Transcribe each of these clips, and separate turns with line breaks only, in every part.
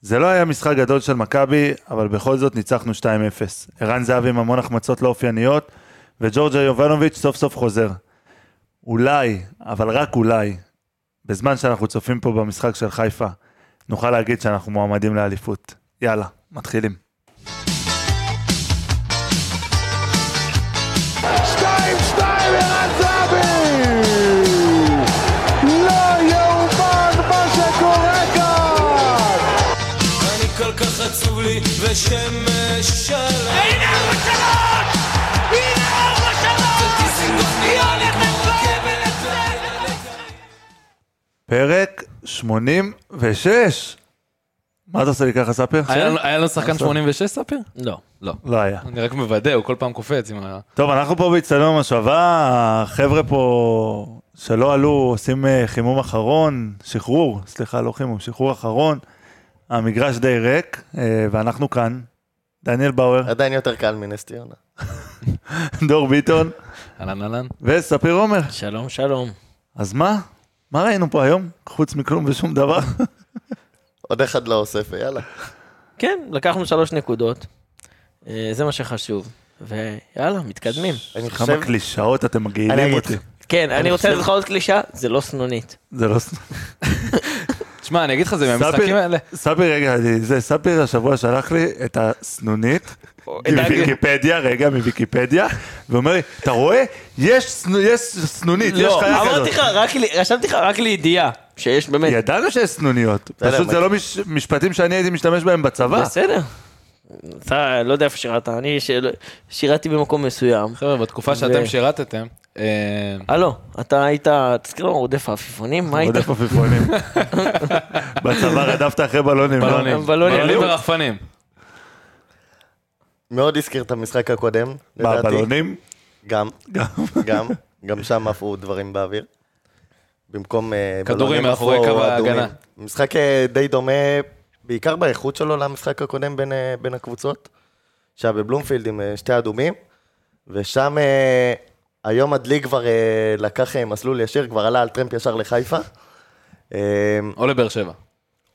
זה לא היה משחק גדול של מכבי, אבל בכל זאת ניצחנו 2-0. ערן זהבי עם המון החמצות לא אופייניות, וג'ורג'ה יובנוביץ' סוף סוף חוזר. אולי, אבל רק אולי, בזמן שאנחנו צופים פה במשחק של חיפה, נוכל להגיד שאנחנו מועמדים לאליפות. יאללה, מתחילים.
שתיים, שתיים, ערן זהבי! לא יאומן מה שקורה כאן!
אני כל כך עצוב לי ושמש שלם
הנה ארבע שלוש! הנה ארבע שלוש! היא הולכת ואבן אצלנו!
פרק 86. מה אתה עושה לי ככה, ספיר?
היה לנו- היה לנו שחקן 86 ספיר?
לא.
לא.
לא היה.
אני רק מוודא, הוא כל פעם קופץ עם ה...
טוב, אנחנו פה בהצטדיון המשאבה, החבר'ה פה שלא עלו עושים אה, חימום אחרון, שחרור, סליחה, לא חימום, שחרור אחרון. המגרש די ריק, אה, ואנחנו כאן. דניאל באואר,
עדיין יותר קל מנס ציונה.
דור ביטון
אהלן אהלן.
וספיר עומר.
שלום, שלום.
אז מה? מה ראינו פה היום? חוץ מכלום ושום דבר.
עוד אחד לא אוסף, יאללה.
כן, לקחנו שלוש נקודות. אה, זה מה שחשוב. ויאללה, מתקדמים.
אני חושב,
כמה קלישאות אתם
אני
מגעילים
אגיד
אותי.
לך.
כן, אני רוצה
חושב-
לתת לך עוד קלישה, זה לא סנונית.
זה לא...
תשמע, אני אגיד לך, זה מהמשחקים
ספיר,
האלה.
ספיר, רגע, אני- זה, ספיר השבוע שלח לי את הסנונית
את ה-
מוויקיפדיה, רגע, מוויקיפדיה, ואומר לי, אתה רואה? יש סנו- יש סנונית, יש
לא,
חיה
אמרתי לך,
כזאת.
רק לי- רשמתי לך רק לידיעה, שיש באמת...
ידענו שיש סנוניות,
בסדר,
פשוט זה
מכיר.
לא מש- משפטים שאני הייתי משתמש בהם בצבא.
בסדר. אתה לא יודע איפה שירת, אני של- שירתי במקום מסוים.
חבר'ה, בתקופה
ו-
שאתם שירתתם, אה,
הלו, אתה היית, תזכיר לנו, רודף העפיפונים? מה היית?
רודף עפיפונים. בצבא רדפת אחרי בלונים. לא?
בלונים.
בלונים.
בלונים ורחפנים.
מאוד הזכיר את המשחק הקודם,
מה,
לדעתי.
בלונים?
גם, גם, גם שם עפו דברים באוויר. במקום אה,
כדורים
בלונים
מאחורי
עפו
קו ההגנה.
אדומים. משחק אה, די דומה, בעיקר באיכות שלו למשחק הקודם בין, אה, בין הקבוצות, שהיה בבלומפילד עם אה, שתי אדומים, ושם אה, היום הדלי כבר אה, לקח אה, מסלול ישיר, כבר עלה על טרמפ ישר לחיפה. אה,
או לבאר שבע.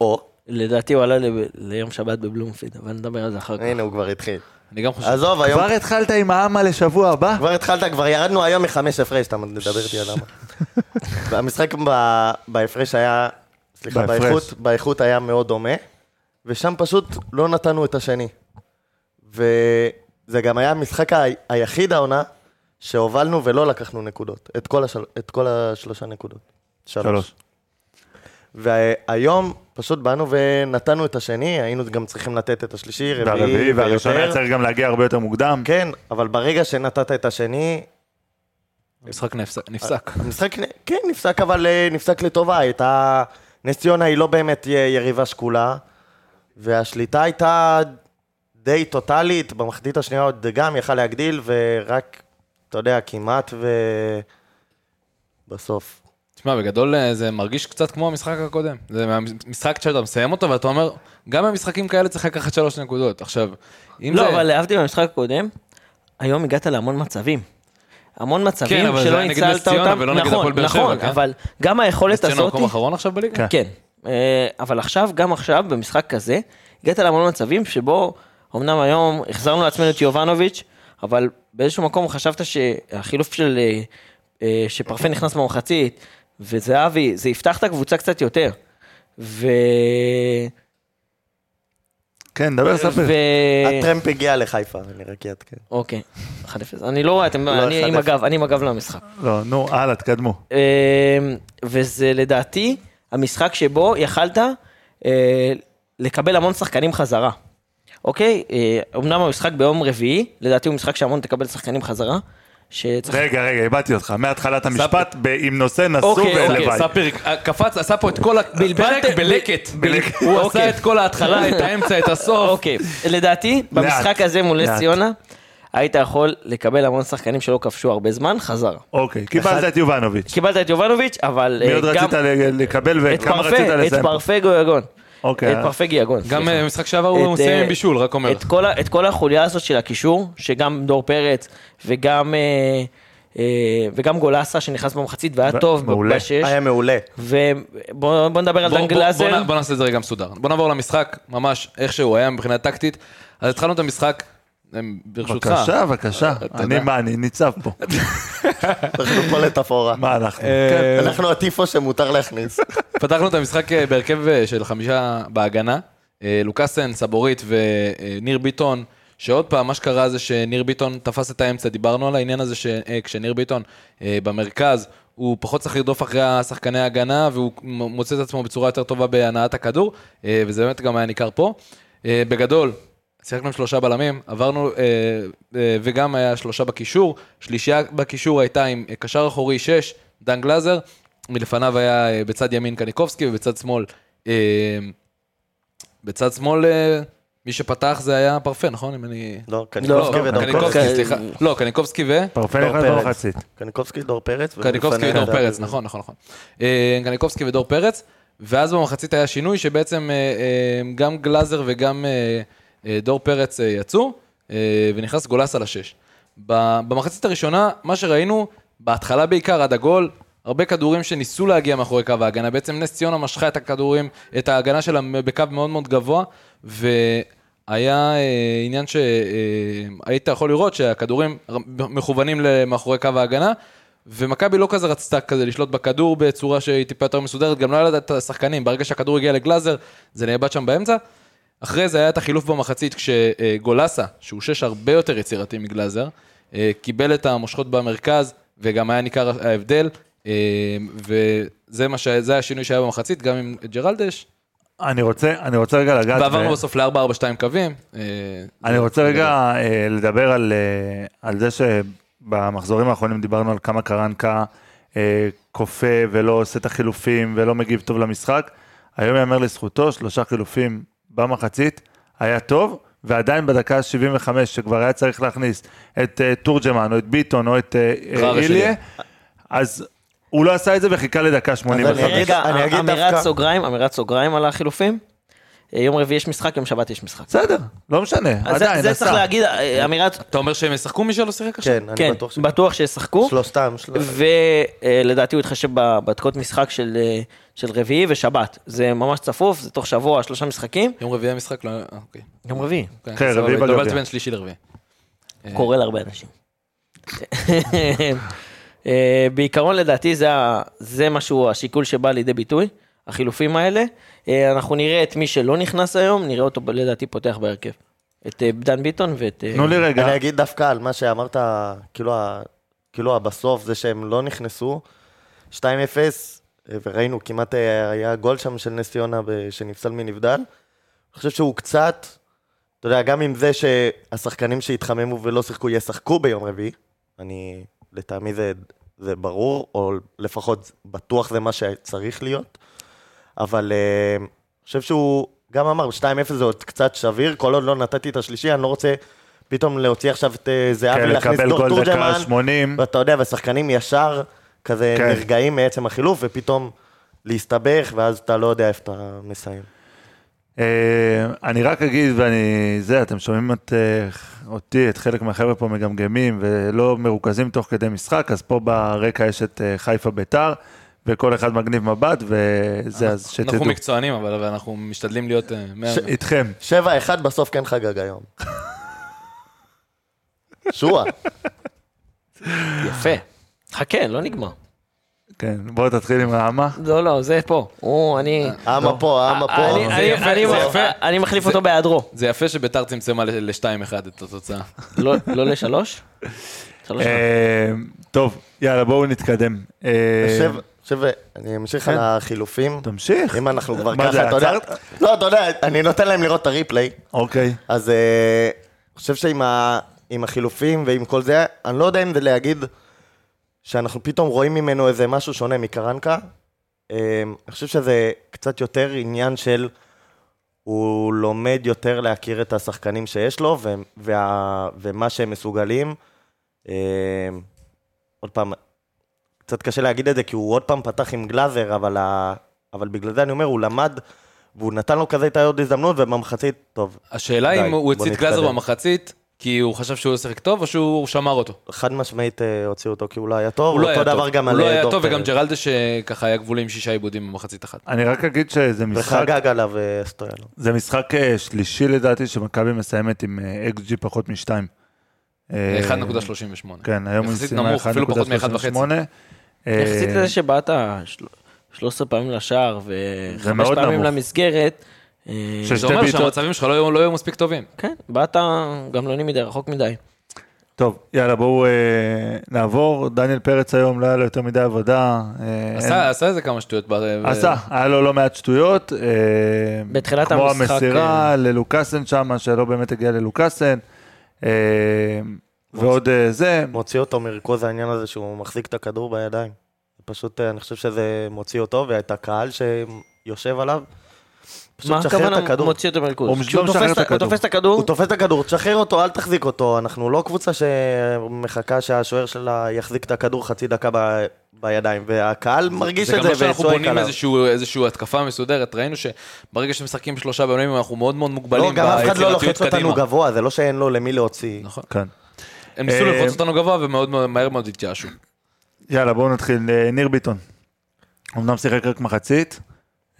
או,
לדעתי הוא עלה ל- ליום שבת בבלומפילד, אבל נדבר על זה אחר כך.
הנה הוא כבר התחיל.
אני גם חושב.
עזוב, היום
כבר התחלת עם העמה לשבוע הבא?
כבר התחלת, כבר ירדנו היום מחמש הפרש, אתה מדבר איתי על למה. והמשחק ב- בהפרש היה, סליחה,
בהפרש.
באיכות, באיכות היה מאוד דומה, ושם פשוט לא נתנו את השני. וזה גם היה המשחק ה- היחיד העונה שהובלנו ולא לקחנו נקודות, את כל, השל... את כל השלושה נקודות.
שלוש.
והיום פשוט באנו ונתנו את השני, היינו גם צריכים לתת את השלישי, רביעי,
והרביעי והראשון היה
ויותר.
צריך גם להגיע הרבה יותר מוקדם.
כן, אבל ברגע שנתת את השני,
המשחק נפס- נפסק.
המשחק, נ- כן, נפסק, אבל אה, נפסק לטובה. הייתה... נס ציונה היא לא באמת י- יריבה שקולה, והשליטה הייתה די טוטאלית. במחצית השנייה עוד גם יכל להגדיל, ורק, אתה יודע, כמעט ו... בסוף.
תשמע, בגדול אה, זה מרגיש קצת כמו המשחק הקודם. זה משחק שאתה מסיים אותו ואתה אומר, גם במשחקים כאלה צריך לקחת שלוש נקודות. עכשיו, אם זה...
לא, אבל להבדיל מהמשחק הקודם, היום הגעת להמון מצבים. המון מצבים
כן, אבל זה
שלא
היה נגד נס
ניצלת
ציונה
אותם.
ולא נגד הפועל
נכון,
באר שבע,
נכון,
כן?
אבל גם היכולת
נס ציונה
הזאת...
מקום אחרון עכשיו בליגה?
כן. אה, אבל עכשיו, גם עכשיו, במשחק כזה, הגעת להמון מצבים שבו, אמנם היום החזרנו לעצמנו את יובנוביץ', אבל באיזשהו מקום חשבת שהחילוף של... אה, אה, שפרפה נכנס במחצית, וזהבי, זה יפתח את הקבוצה קצת יותר. ו...
כן, דבר ספיר.
ו...
אה.
הטרמפ הגיע לחיפה, אני רק אעדכן.
אוקיי, 1-0. אני לא רואה, אתם,
לא,
אני עם
1-0.
הגב, אני עם הגב למשחק.
לא, נו, הלאה, תקדמו.
אמ, וזה לדעתי המשחק שבו יכלת אה, לקבל המון שחקנים חזרה. אוקיי? אה, אמנם המשחק ביום רביעי, לדעתי הוא משחק שהמון תקבל שחקנים חזרה. שצריך...
רגע, רגע, איבדתי אותך. מהתחלת המשפט, ב- עם נושא נשוא
אוקיי, אוקיי,
ולוואי.
ספיר קפץ, עשה פה את כל הפרק
בלבלת-
בלקט.
בלקט.
הוא
אוקיי.
עשה את כל ההתחלה, את האמצע, את הסוף.
אוקיי, לדעתי, במשחק הזה מול נס
לאט.
ציונה, היית יכול לקבל המון שחקנים שלא כבשו הרבה זמן, חזרה.
אוקיי, קיבלת את יובנוביץ'.
קיבלת את יובנוביץ', אבל
מי
כן, אה,
עוד
גם...
רצית ל- לקבל
את
וכמה
פרפה,
רצית
את
לסיים?
פרפה גויגון.
אוקיי.
את פרפה גיאגון.
גם
סליחה.
אה, במשחק שעבר הוא
את,
מסיים
אה,
עם בישול, רק אומר.
את כל, ה- את כל החוליה הזאת של הקישור, שגם דור פרץ וגם אה, אה, וגם גולסה שנכנס במחצית והיה
ו-
טוב
מעולה.
בשש.
אה,
היה מעולה.
ובוא בוא נדבר על דן
בוא- בוא- בוא
גלאזר.
נ- בוא נעשה את זה רגע מסודר. בוא נעבור למשחק, ממש איך שהוא היה מבחינה טקטית. אז התחלנו את המשחק, אה, ברשותך.
בבקשה, בבקשה.
אתה
אה, אני
יודע.
מה, אני ניצב פה.
אנחנו פולט אפורה.
מה אנחנו?
אה,
אנחנו הטיפו שמותר להכניס. לא,
פתחנו את המשחק אה, בהרכב אה, של חמישה בהגנה. אה, לוקאסן, סבורית וניר ביטון, שעוד פעם, מה שקרה זה שניר ביטון תפס את האמצע, דיברנו על העניין הזה שכשניר ביטון אה, במרכז, הוא פחות צריך לרדוף אחרי השחקני ההגנה, והוא מ- מוצא את עצמו בצורה יותר טובה בהנעת הכדור, אה, וזה באמת גם היה ניכר פה. אה, בגדול, שיחקנו עם שלושה בלמים, עברנו, אה, אה, וגם היה שלושה בקישור, שלישייה בקישור הייתה עם אה, קשר אחורי 6, דן גלאזר, מלפניו היה אה, בצד ימין קניקובסקי ובצד שמאל, אה, בצד שמאל אה, מי שפתח זה היה פרפה, נכון? אם אני...
לא,
לא,
קניקובסקי ודור
קניקובסי,
פרץ.
פרץ.
סליחה. לא, קניקובסקי ו...
פרפל
דור
אחד לא
פרץ.
במחצית.
קניקובסקי, דור פרץ.
קניקובסקי
ולפניה
ודור
דן
פרץ,
גלאזר.
נכון, נכון, נכון. אה, קניקובסקי ודור פרץ, ואז במחצית היה שינוי שבעצם אה, אה, גם גלאזר וגם אה, אה, דור פרץ אה, יצאו, אה, ונכנס גולס על השש. ב- במחצית הראשונה, מה שראינו, בהתחלה בעיקר, עד הגול, הרבה כדורים שניסו להגיע מאחורי קו ההגנה. בעצם נס ציונה משכה את הכדורים, את ההגנה שלה בקו מאוד מאוד גבוה, והיה אה, עניין שהיית יכול לראות שהכדורים מכוונים מאחורי קו ההגנה, ומכבי לא כזה רצתה כזה לשלוט בכדור בצורה שהיא טיפה יותר מסודרת, גם לא היה לה את השחקנים, ברגע שהכדור הגיע לגלאזר, זה נאבד שם באמצע. אחרי זה היה את החילוף במחצית כשגולסה, שהוא שש הרבה יותר יצירתי מגלאזר, אה, קיבל את המושכות במרכז, וגם היה ניכר ההבדל, אה, וזה מה ש... זה היה השינוי שהיה במחצית, גם עם ג'רלדש,
אני רוצה, אני רוצה רגע לגעת...
ועברנו
ב-
בסוף ל-4-4-2 קווים. אה,
אני רוצה רגע אה, לדבר על, אה, על זה שבמחזורים האחרונים דיברנו על כמה קרנקה אה, כופה ולא עושה את החילופים ולא מגיב טוב למשחק. היום יאמר לזכותו, שלושה חילופים במחצית, היה טוב, ועדיין בדקה ה-75, שכבר היה צריך להכניס את אה, תורג'מן או את ביטון או את אה, אה,
חרא שלי.
איליה, אז הוא לא עשה את זה וחיכה לדקה 85.
אני אגיד-
רגע,
אני אגיד
אמירת
דווקא-
סוגריים, אמירת סוגריים על החילופים. אה, יום רביעי יש משחק, יום שבת יש משחק.
בסדר, לא משנה,
אז זה-
עדיין,
זה צריך
עשה.
להגיד, אה, אמירת,
אתה אומר שהם ישחקו מי שלא שיחק עכשיו?
כן, אני
כן,
בטוח ש...
בטוח שישחקו.
שלושתם, שלושתם.
ולדעתי הוא התחשב בדקות משחק של, אה, של רביעי ושבת. זה ממש צפוף, זה תוך שבוע, שלושה משחקים.
יום רביעי המשחק לא... אה, אוקיי.
יום רביעי,
כן, רביעי
סבבה,
בגביע.
התבלבלתי בין שלישי לרביעי.
קורה להרבה אנשים. אה, בעיקרון לדעתי זה, ה- זה משהו, השיקול שבא לידי ביטוי, החילופים האלה. אה, אנחנו נראה את מי שלא נכנס היום, נראה אותו ב- לדעתי פותח בהרכב. את אה, דן ביטון ואת... אה,
תנו לי רגע.
אני אגיד דווקא על מה שאמרת, כאילו, ה- כאילו ה- בסוף, זה שהם לא נכנסו, 2-0, אה, וראינו, כמעט אה, היה גול שם של נס ציונה ב- שנפסל מנבדל. אני חושב שהוא קצת, אתה יודע, גם עם זה שהשחקנים שהתחממו ולא שיחקו ישחקו ביום רביעי, אני, לטעמי זה, זה ברור, או לפחות בטוח זה מה שצריך להיות, אבל אה, אני חושב שהוא גם אמר, 2-0 זה עוד קצת שביר, כל עוד לא נתתי את השלישי, אני לא רוצה פתאום להוציא עכשיו את אה, זהבי,
כן,
להכניס
לקבל
דור
גול דקה
תורג'מן.
80.
ואתה יודע, והשחקנים ישר כזה
כן.
נרגעים מעצם החילוף, ופתאום להסתבך, ואז אתה לא יודע איפה אתה מסיים.
אה, אני רק אגיד, ואני... זה, אתם שומעים את, אה, אותי, את חלק מהחבר'ה פה מגמגמים ולא מרוכזים תוך כדי משחק, אז פה ברקע יש את אה, חיפה ביתר, וכל אחד מגניב מבט, וזה, אז
אנחנו
שתדעו.
מקצוענים, אבל אבל אנחנו משתדלים להיות... אה, מה-
ש- איתכם.
7-1 בסוף כן חגג היום. שועה.
יפה. חכה, לא נגמר.
כן, בואו תתחיל עם רעמה.
לא, לא, זה פה. הוא, אני...
אה.
אמה פה, אמה פה.
אני- אני-
יפה,
אני-
זה יפה.
אני מחליף
זה-
אותו בהיעדרו.
זה יפה שביתר צמצמה ל-2-1 את התוצאה.
לא לא לשלוש? שלוש.
אה, טוב, יאללה, בואו נתקדם. אה,
עכשיו, עכשיו, אני אמשיך על החילופים.
תמשיך.
אם אנחנו כבר
מה זה,
ככה, אתה יודע...
עצרת?
לא, אתה יודע, אני נותן להם לראות את הריפליי.
אוקיי.
אז אה, אני חושב שעם ה, עם החילופים ועם כל זה, אני לא יודע אם זה להגיד שאנחנו פתאום רואים ממנו איזה משהו שונה מקרנקה. אה, אני חושב שזה קצת יותר עניין של הוא לומד יותר להכיר את השחקנים שיש לו ו, וה, ומה שהם מסוגלים. אה, עוד פעם, קצת קשה להגיד את זה כי הוא עוד פעם פתח עם גלאזר, אבל, ה, אבל בגלל זה אני אומר, הוא למד והוא נתן לו כזה את העוד הזדמנות ובמחצית, טוב,
השאלה
די,
אם הוא
בוא
הצית
נתקדם.
גלאזר במחצית, כי הוא חשב שהוא ישחק טוב או שהוא שמר אותו?
חד משמעית אה, הוציאו אותו כי הוא לא היה טוב,
הוא לא היה
אותו
טוב.
דבר גם
הוא
על
לא
אה,
היה
דור
טוב, וגם
פרץ.
ג'רלדה שככה היה גבולי עם שישה עיבודים במחצית אחת.
אני רק אגיד שזה משחק,
וחגג עליו אה, סטויאנו.
זה משחק אה, שלישי לדעתי, שמכבי מסיימת עם אה, XG פחות משתיים. אה,
1.38.
כן, היום היא
יחסית
סיימה
נמוך, אפילו פחות מאחד
1.38.
וחצי.
אה,
יחסית לזה שבאת של- 13 פעמים לשער וחמש
מאוד
פעמים
נמוך.
למסגרת, אה,
שש-
זה
שתי
אומר
בעיטות.
שהמצבים שלך לא יהיו- לא יהיו מספיק טובים.
כן, באת גמלוני מדי, רחוק מדי.
טוב, יאללה, בואו אה, נעבור. דניאל פרץ היום, לא היה לו יותר מדי עבודה. אה, אין-
עשה אה, עשה איזה כמה שטויות. ב- ב-
עשה, היה לו לא מעט שטויות. אה,
בתחילת המשחק,
כמו המסירה
אה,
ללוקאסן שם, שלא באמת הגיע ללוקאסן. אה, ועוד אה, זה,
מוציא אותו מריכוז העניין הזה שהוא מחזיק את הכדור בידיים. זה פשוט, אה, אני חושב שזה מוציא אותו, ואת הקהל שיושב עליו, פשוט
מה
תשחרר את
הכוונה
הכדור.
מוציא אותו
הוא
מריכוז?
מש-
כשהוא
לא משחרר
תופס
את
את- הוא
הכדור.
תופס את הכדור,
הוא תופס את הכדור, תשחרר אותו, אל תחזיק אותו. אנחנו לא קבוצה שמחכה שהשוער שלה יחזיק את הכדור חצי דקה ב... בידיים, והקהל מרגיש
זה
את
גם
זה
לא שאנחנו
וצועק
בונים
עליו.
איזשהו- איזושהי התקפה מסודרת, ראינו שברגע שמשחקים שלושה בלמים אנחנו מאוד מאוד
לא,
מוגבלים
גם אף אחד לא
ביצירתיות
לוחץ אותנו
קדימה.
גבוה, זה לא שאין לו למי להוציא.
נכון.
כאן.
הם ניסו
אה,
ללחוץ אותנו גבוה ומאוד מאוד- מהר מאוד התייאשו.
יאללה, בואו נתחיל. אה, ניר ביטון. אמנם שיחק רק מחצית,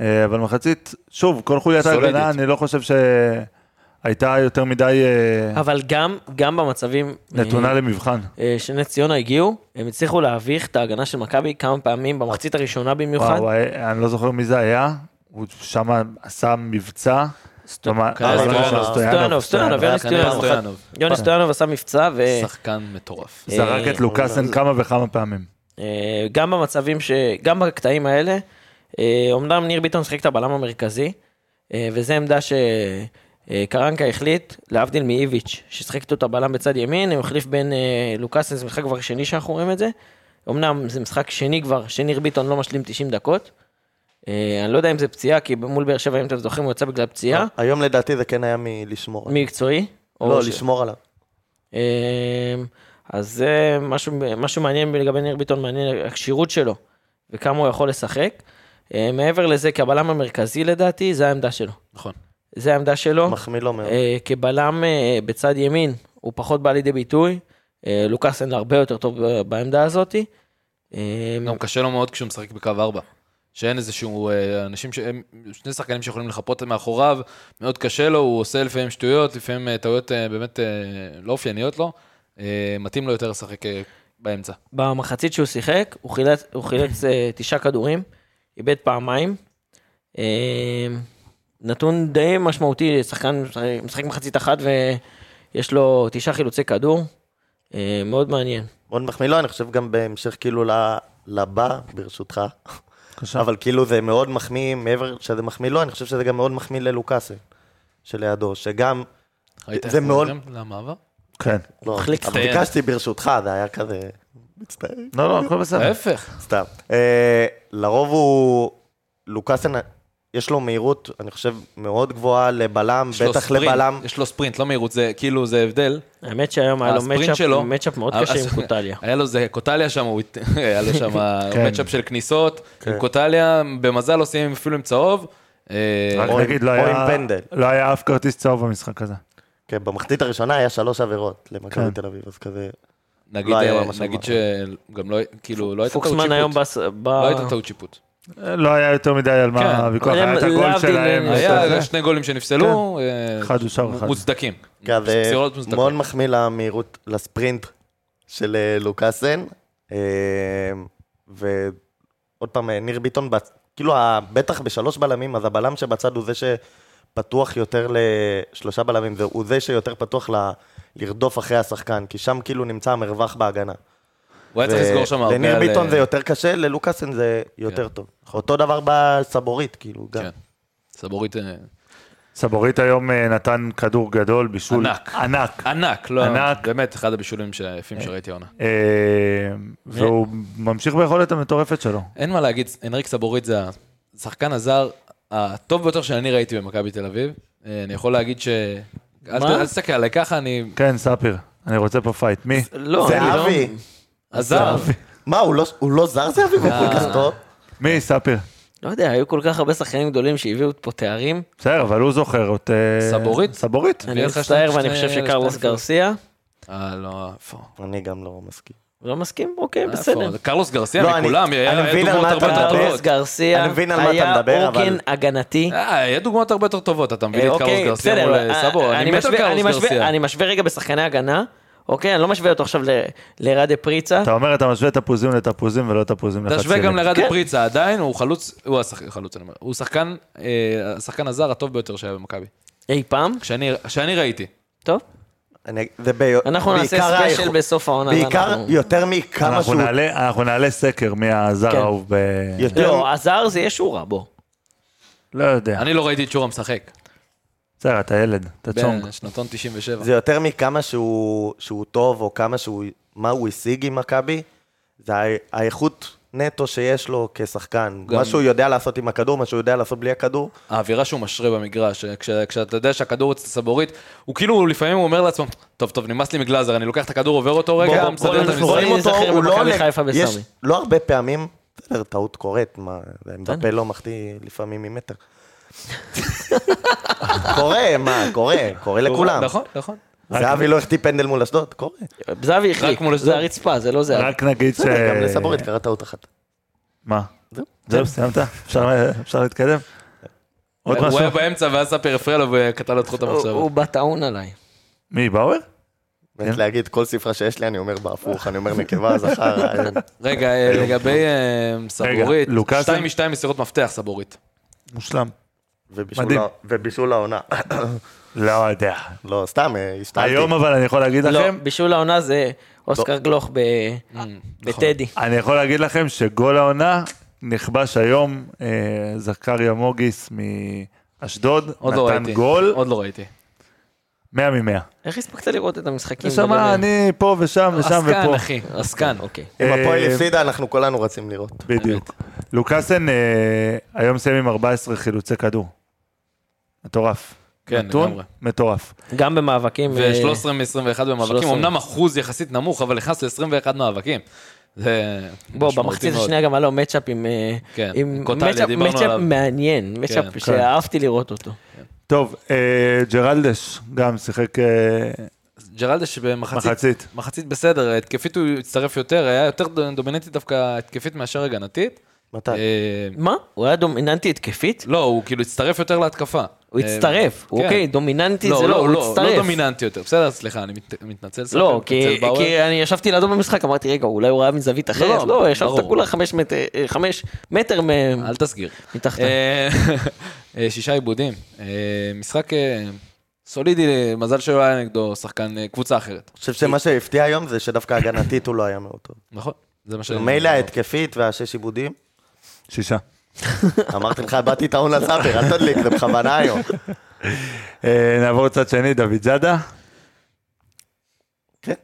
אה, אבל מחצית, שוב, כל חוליית
סולידית.
ההגנה, אני לא חושב שהייתה יותר מדי אה,
אבל גם גם במצבים אה,
נתונה למבחן.
אה, שנס ציונה הגיעו, הם הצליחו להביך את ההגנה של מכבי כמה פעמים, במחצית הראשונה במיוחד.
וואו, אה, אני לא זוכר מי זה היה, הוא שם עשה מבצע.
סטו-
כלומר,
כן, סטויאנוב.
סטויאנוב, סטויאנוב, יוני
כנראה
סטויאנוב.
סטויאנוב.
יוני סטויאנוב עשה מבצע,
אה.
שחקן מטורף.
זרק
אה,
את לוקאסן כמה וכמה פעמים.
וגם אה, במצבים, ש... גם בקטעים האלה, אה, אומנם ניר ביטון שיחק את הבלם המרכזי, אה, וזו עמדה שקרנקה החליט, להבדיל מאיביץ', ששיחק איתו את הבלם בצד ימין, הוא החליף בין אה, לוקאסן, זה משחק כבר שני שאנחנו רואים את זה. אומנם זה משחק שני כבר, שניר ביטון לא משלים 90 דקות. אה, אני לא יודע אם זה פציעה, כי מול באר שבע, אם אתם זוכרים, הוא יצא בגלל פציעה.
היום לדעתי זה כן היה מלשמור. עליו.
מקצועי. אה? או
לא,
ש-
לשמור עליו.
אמ, אז זה משהו, משהו מעניין לגבי ניר ביטון, מעניין הכשירות שלו וכמה הוא יכול לשחק. אה, מעבר לזה, כבלם המרכזי לדעתי, זה העמדה שלו.
נכון.
זה העמדה שלו.
מחמיא לו מאוד.
אה, כבלם אה, בצד ימין, הוא פחות בא לידי ביטוי. אה, לוקאסן הרבה יותר טוב ב- בעמדה אמ, הזאת.
גם קשה לו מאוד כשהוא משחק בקו ארבע. שאין איזשהו אה, אנשים, ש... הם- שני שחקנים שיכולים לחפות מאחוריו, מאוד קשה לו, הוא עושה לפעמים שטויות, לפעמים אה, טעויות אה, באמת אה, לא אופייניות לו, אה, מתאים לו יותר לשחק אה, באמצע.
במחצית שהוא שיחק, הוא חילץ, הוא חילץ אה, תשעה כדורים, איבד פעמיים. אה, נתון די משמעותי, שחקן משחק- משחק מחצית אחת ויש לו תשעה חילוצי כדור. אה, מאוד מעניין.
מאוד מחמיא לו, אני חושב גם בהמשך כאילו ל- לבא, ברשותך.
בבקשה.
אבל כאילו זה מאוד מחמיא, מעבר שזה מחמיא לו, אני חושב שזה גם מאוד מחמיא ללוקאסן, שלידו, שגם,
ראית איך
זה
הוא
מאוד-
זורם למעבר?
כן.
לא,
החליק
אבל
מצטיין.
ביקשתי ברשותך, זה היה כזה, מצטער,
לא, לא, הכל בסדר.
ההפך.
סתם. אה, לרוב הוא, לוקאסן, יש לו מהירות, אני חושב, מאוד גבוהה לבלם,
יש לו
בטח
ספרינט,
לבלם.
יש לו ספרינט, לא מהירות, זה כאילו זה הבדל.
האמת שהיום היה לו
הספרינט
מצ'אפ-
שלו-
מצ'אפ מאוד
אבל-
קשה עם
אז- לא
קוטליה.
היה לו זה קוטליה שם, הוא הת- היה לו שם
כן.
מצ'אפ של כניסות,
כן.
עם קוטליה, במזל עושים אפילו עם צהוב. אה,
רק
או עם-
נגיד, לא
או
היה-
עם פנדל.
לא היה אף כרטיס צהוב במשחק הזה.
כן, במחצית הראשונה היה שלוש עבירות
כן.
למכבי תל אביב, אז כזה,
נגיד,
לא היה
אה,
ממש
נגיד
אמר.
שגם לא, כאילו, לא הייתה טעות שיפוט.
פוקסמן היום בס... ב...
לא הייתה טעות שיפוט.
לא היה יותר מדי על
כן.
מה הוויכוח, היה את
אבל הם-
הגול
להבדיל,
שלהם.
כן.
אה,
ואת
היה
הזה.
שני גולים שנפסלו, אה,
אחד אושר אחד.
מוצדקים.
כן, זה
פסילות
מאוד
מוצדקות.
מחמיא למהירות, לספרינט של אה, לוקאסן. אה, ועוד פעם, אה, ניר ביטון, בצ- כאילו, ה- בטח בשלוש בלמים, אז הבלם שבצד הוא זה שפתוח יותר לשלושה בלמים, זה- הוא זה שיותר פתוח ל... לרדוף אחרי השחקן, כי שם כאילו נמצא המרווח בהגנה.
הוא היה צריך
ו-
לסגור שם הרבה.
לניר
על,
ביטון
אה,
זה יותר קשה, ללוקאסן זה יותר טוב. אותו דבר בסבורית, כאילו, גם.
כן. סבורית אה,
סבורית היום אה, נתן כדור גדול, בישול
ענק.
ענק.
ענק, לא,
ענק.
באמת אחד הבישולים היפים שראיתי העונה.
אה, והוא ממשיך ביכולת המטורפת שלו.
אין מה להגיד, אנריק סבורית זה השחקן הזר הטוב ביותר שאני ראיתי במכבי תל אביב. אה, אני יכול להגיד ש... אל ת-
מה?
אל תסתכל עליי ככה, אני...
כן, ספיר, אני רוצה פה פייט. מי?
לא,
זה
אני לא-
אבי.
הזר. אה.
מה, הוא לא- הוא לא זר זה אבי? הוא כל כך טוב.
מי, ספיר?
לא יודע, היו כל כך הרבה שחקנים גדולים שהביאו פה תארים.
בסדר, אבל הוא זוכר את... אה,
סבורית?
סבורית.
אני
הביא לך
מצטער
שני-
ואני
שני-
חושב
שני
שקרלוס
אלפים.
גרסיה.
אה, לא, איפה?
אני גם לא מסכים.
לא מסכים? אוקיי,
איפה?
בסדר.
זה קרלוס גרסיה
לא, אני-
מכולם,
אני
היה היה
מבין על
דוגמאות
מה
הרבה
אתה
יותר
מדבר.
קרלוס
טובות.
גרסיה
אני מבין על מה אתה
היה
מדבר, אבל-
עוגן הגנתי.
אה, היה דוגמאות הרבה יותר טובות, אתה מבין את קרלוס
אוקיי,
גרסיה
בסדר,
מול
אה,
אה, סבו, אני מת על
משווה- אני
קרלוס
משווה-
גרסיה.
אני משווה רגע בשחקני הגנה, אוקיי? אני לא משווה אותו עכשיו ל- לרדה פריצה.
אתה אומר, אתה משווה תפוזים לתפוזים ולא תפוזים לחצילים.
תשווה גם לרד
כן.
פריצה, עדיין הוא חלוץ, הוא השחק- חלוץ, אני אומר, הוא שחקן, אה, השחקן הזר הטוב ביותר שהיה במכבי.
אי פעם,
כשאני כשאני ראיתי.
טוב.
אני- זה ב-
אנחנו נעשה
בעיקר
ספיישל
האיכות-
בסוף העונה,
בעיקר,
ואנחנו-
יותר מכמה
אנחנו
שהוא...
נעלה- אנחנו נעלה סקר מי הזר
כן.
האהוב ב...
יותר-
לא, הזר זה יהיה שורה, בוא.
לא יודע.
אני לא ראיתי את שורה משחק.
בסדר, אתה ילד, אתה צונג.
בשנתון 97.
זה יותר מכמה שהוא שהוא טוב, או כמה שהוא... מה הוא השיג עם מכבי, זה ה- האיכות נטו שיש לו כשחקן.
גם-
מה שהוא יודע לעשות עם הכדור, מה שהוא יודע לעשות בלי הכדור.
האווירה שהוא משרה במגרש, כש, כשאתה יודע שהכדור אצל סבורית, הוא כאילו לפעמים הוא אומר לעצמו, טוב, טוב, נמאס לי מגלאזר, אני לוקח את הכדור, עובר אותו רגע,
בוא,
מסדר
בוא,
את
אנחנו
המשחק.
רואים אותו,
להיזכר
הוא לא
במכבי
עולה.
חיפה
יש
בסמי.
לא הרבה פעמים, בסדר, טעות קורית, מה, מבפה לא מחטיא לפעמים ממטר. קורה, מה, קורה, קורה לכולם.
נכון, נכון.
זהבי לא החטיא פנדל מול אשדוד, קורה.
זהבי החליק,
מול אשדוד.
זה הרצפה, זה לא זה.
רק נגיד ש...
בסדר, גם לסבורית קרה טעות אחת.
מה? זהו, סיימת? אפשר- אפשר להתקדם? עוד
הוא
משהו?
היה באמצע ואז ספיר הפריע לו וקטע לו את חוט
הוא-
המחשבה.
הוא בא טעון עליי.
מי, באואר?
באמת להגיד, כל ספרה שיש לי אני אומר בהפוך, אני אומר נקבה, זכר. אה,
רגע, אה, לגבי אה, סבורית,
לוקאסן?
שתיים משתיים מסירות מפתח סבורית.
מושלם.
ובישול
מדהים.
ה- ובישול העונה.
לא יודע.
לא, סתם, אה, השתעלתי.
היום אבל אני יכול להגיד
לא,
לכם,
בישול העונה זה אוסקר גלוך ב-
אה,
בטדי.
נכון.
אני יכול להגיד לכם שגול העונה נכבש היום, אה, זכריה מוגיס מאשדוד,
עוד לא
נתן
ראיתי.
גול,
עוד לא ראיתי.
100 מ-100.
איך הספקת לראות את המשחקים?
ושמע,
בלב?
כן, אני פה ושם ושם
עסקן,
ופה.
אחי, עסקן.
אוקיי.
אם הפועל
אה,
הפסידה, אנחנו כולנו רצים לראות.
בדיוק. לוקאסן אה, היום סיים עם 14 חילוצי כדור. מטורף.
כן,
נתון
לגמרי.
מטורף.
גם במאבקים... אה,
ו-13 מ-21 במאבקים,
13.
אמנם אחוז יחסית נמוך, אבל נכנס ל-21 מאבקים. זה
בוא,
משמעותי
במחצית
מאוד.
השנייה גם היה לו מצ'אפ עם... אה,
כן,
עם
קוטליה,
מצ'אפ-
דיברנו עליו.
מצ'אפ מעניין, מצ'אפ
כן.
שאהבתי לראות אותו.
טוב, אה, ג'רלדש גם שיחק אה,
ג'רלדש במחצית.
מחצית.
מחצית בסדר, התקפית הוא הצטרף יותר, היה יותר דומיננטי דווקא התקפית מאשר הגנתית.
מתי?
אה,
מה? הוא היה דומיננטי התקפית?
לא, הוא כאילו הצטרף יותר להתקפה.
הוא
אה,
הצטרף,
כן.
אוקיי, דומיננטי
לא,
זה לא, הוא
לא, לא
הצטרף.
דומיננטי יותר, בסדר, סליחה, אני מת- מתנצל. ספר,
לא,
מתנצל,
כי,
באואר.
כי אני ישבתי לידו במשחק, אמרתי, רגע, אולי הוא ראה מזווית אחרת.
לא,
לא, ישבת
ברור.
כולה חמש מטר, אה, חמש מטר מ...
אל תסגיר.
מתחת.
אה, אה, שישה עיבודים. אה, משחק אה, סולידי, אה, מזל שלא היה נגדו שחקן אה, קבוצה אחרת.
אני חושב שמה שהפתיע היום זה שדווקא הגנתית הוא לא היה מאוד טוב.
נכון, זה מה ש...
מילא ההתקפית והשש עיבודים,
שישה.
אמרתי לך, באתי טעון לסאפר, אל תדליק, זה בכוונה היום.
אה, נעבור לצד שני, דוד זאדה.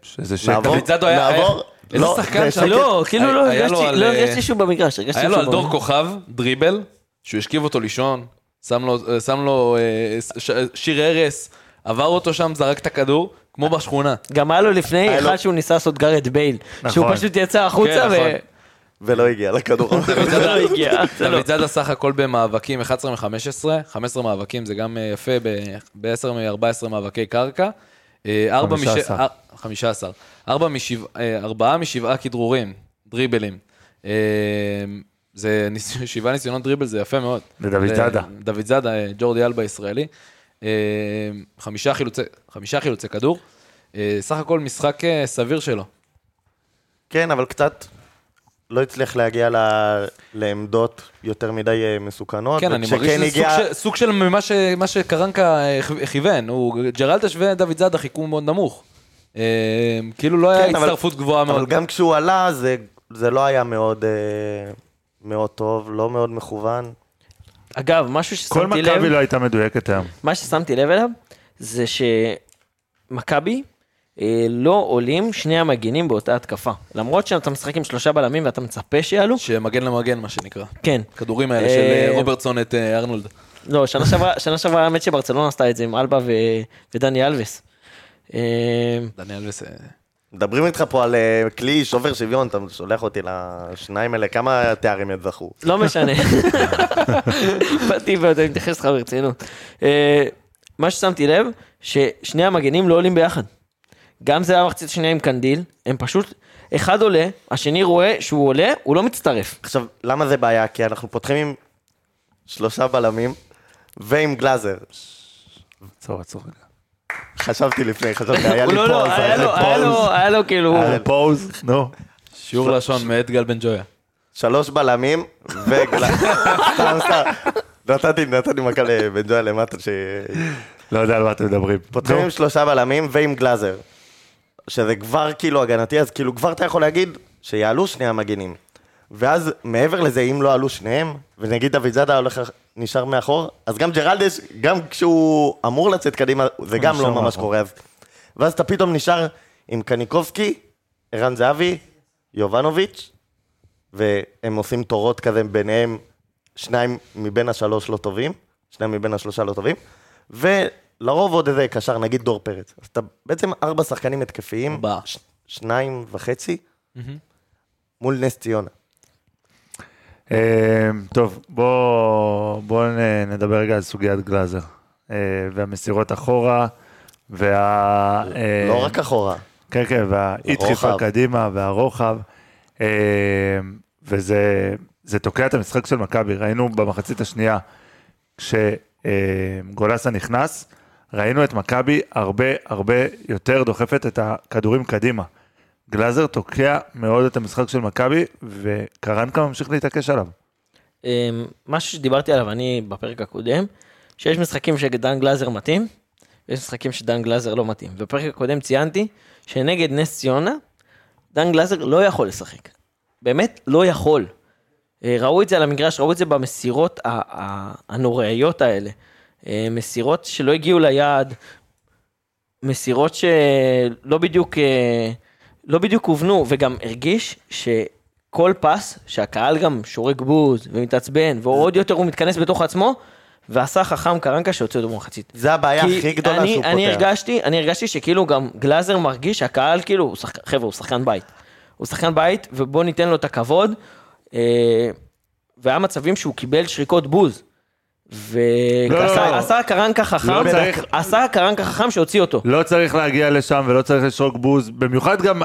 שזה שקר.
נעבור.
דוד זאדו היה... אה,
נעבור.
איזה
לא,
שחקן
זה
שם.
לא, כאילו לא
היה לו
הרגשתי,
על,
לא
אה,
הרגשתי שהוא במגרש, הרגשתי
היה
שהוא
לו על דור
במגרש.
כוכב, דריבל, שהוא השכיב אותו לישון, שם לו, שם לו אה, ש, שיר ארס, עבר אותו שם, זרק את הכדור, כמו בשכונה.
גם היה לו לפני
היה לו-
אחד שהוא ניסה לעשות גארד בייל, שהוא
נכון.
פשוט יצא החוצה
כן, נכון.
ולא הגיע לכדור.
ולא הגיע. לא-
דוד זאדה סך הכל במאבקים 11 מ-15, 15 מאבקים זה גם אה, יפה, ב-10 מ-14 מאבקי קרקע. אה, 4
15.
מ-7, 15, 4 מ-7 אה, כדרורים, דריבלים. אה, זה ניס- שבעה ניסיונות דריבל, זה יפה מאוד.
לדוד זאדה.
דוד זאדה, אה, ג'ורדי אלבה ישראלי. אה, חמישה חילוצי, חמישה חילוצי כדור. אה, סך הכל משחק אה, סביר שלו.
כן, אבל קצת לא הצליח להגיע ל- לעמדות יותר מדי אה, מסוכנות.
כן, אני מרגיש
וכשכן
שזה סוג,
הגיע-
של, סוג של ממה ש, מה שקרנקה אה, כ- כיוון, הוא ג'רלדש ודוד זאדה חיכו מאוד נמוך. אה, כאילו לא היה
כן, אבל-
הצטרפות גבוהה
אבל
מאוד.
גם כשהוא עלה, זה- זה לא היה מאוד אה, מאוד טוב, לא מאוד מכוון.
אגב, משהו
כל
ששמתי לב,
מכבי לא הייתה מדויקת היום.
מה ששמתי לב אליו, זה שמכבי אה, לא עולים שני המגינים באותה התקפה. למרות שאתה משחק עם שלושה בלמים ואתה מצפה שיעלו,
שמגן למגן מה שנקרא.
כן.
הכדורים האלה של אה,
אה,
רוברטסון את אה, ארנולד.
לא, שנה שעברה, שנה שעברה האמת שברצלונה עשתה את זה עם אלבה ו... ודני אלבס. אה,
דניאל וס...
מדברים איתך פה על אה, כלי שובר שוויון, אתה שולח אותי לשניים האלה, כמה תארים הם זכו?
לא משנה. באתי ואתה מתייחס לך ברצינות. אה, מה ששמתי לב, ששני המגנים לא עולים ביחד. גם זה המחצית השנייה עם קנדיל, הם פשוט, אחד עולה, השני רואה שהוא עולה, הוא לא מצטרף.
עכשיו, למה זה בעיה? כי אנחנו פותחים עם שלושה בלמים ועם גלאזר.
עצור, עצור רגע.
חשבתי לפני, חשבתי, היה
הוא
לי
לא, לא,
פוז,
היה
היה לי
לו, היה
פוז.
לו, היה לו כאילו,
פוז, אה, נו.
שיעור
לא-
לשון מאת גל בן ג'ויה.
שלוש בלמים וגלאזר. סתם, סתם. נתתי, נתתי מכה לבן ג'ויה למטה, שפותחים
לא יודע על מה אתם מדברים. נו.
עם שלושה בלמים ועם גלאזר. שזה כבר כאילו הגנתי, אז כאילו כבר אתה יכול להגיד שיעלו שני המגינים. ואז מעבר לזה, אם לא עלו שניהם, ונגיד דוד זאדה הולך, נשאר מאחור, אז גם ג'רלדש, גם כשהוא אמור לצאת קדימה, זה גם
נשאר
לא ממש
מאחור.
קורה. אז- ואז אתה פתאום נשאר עם קניקובסקי, ערן זהבי, יובנוביץ', והם עושים תורות כזה ביניהם, שניים מבין השלוש לא טובים, שניים מבין השלושה לא טובים, ולרוב עוד איזה קשר, נגיד דור פרץ. אז אתה בעצם ארבע שחקנים התקפיים,
ארבעה.
ש- שניים וחצי, מול נס ציונה.
אה, טוב, בואו בוא נ- נדבר רגע על סוגיית גלאזר. אה, והמסירות אחורה, וה... אה,
לא רק אחורה.
כן, כן, והאי דחיפה
הרוחב.
קדימה והרוחב. אה, וזה זה תוקע את המשחק של מכבי. ראינו במחצית השנייה, כשגולסה נכנס, ראינו את מכבי הרבה הרבה יותר דוחפת את הכדורים קדימה. גלאזר תוקע מאוד את המשחק של מכבי, וקרנקה ממשיך להתעקש עליו.
אה, משהו שדיברתי עליו אני בפרק הקודם, שיש משחקים שדן גלאזר מתאים, ויש משחקים שדן גלאזר לא מתאים. בפרק הקודם ציינתי שנגד נס ציונה, דן גלאזר לא יכול לשחק. באמת לא יכול. אה, ראו את זה על המגרש, ראו את זה במסירות ה- ה- הנוראיות האלה. אה, מסירות שלא הגיעו ליעד, מסירות שלא בדיוק, אה, לא בדיוק הובנו, וגם הרגיש שכל פס, שהקהל גם שורק בוז ומתעצבן, ועוד יותר הוא מתכנס בתוך עצמו, ועשה חכם קרנקה שהוציא אותו במחצית.
זה הבעיה
כי
הכי גדולה
אני,
שהוא פותח.
אני הרגשתי, אני הרגשתי שכאילו גם גלאזר מרגיש שהקהל כאילו, הוא שחק... חבר'ה, הוא שחקן בית. הוא שחקן בית, ובוא ניתן לו את הכבוד. אה, והיה מצבים שהוא קיבל שריקות בוז.
לא, לא.
ועשה קרנקה
לא
חכם,
צריך-
עשה קרנקה חכם שהוציא אותו.
לא צריך להגיע לשם ולא צריך לשרוק בוז, במיוחד גם...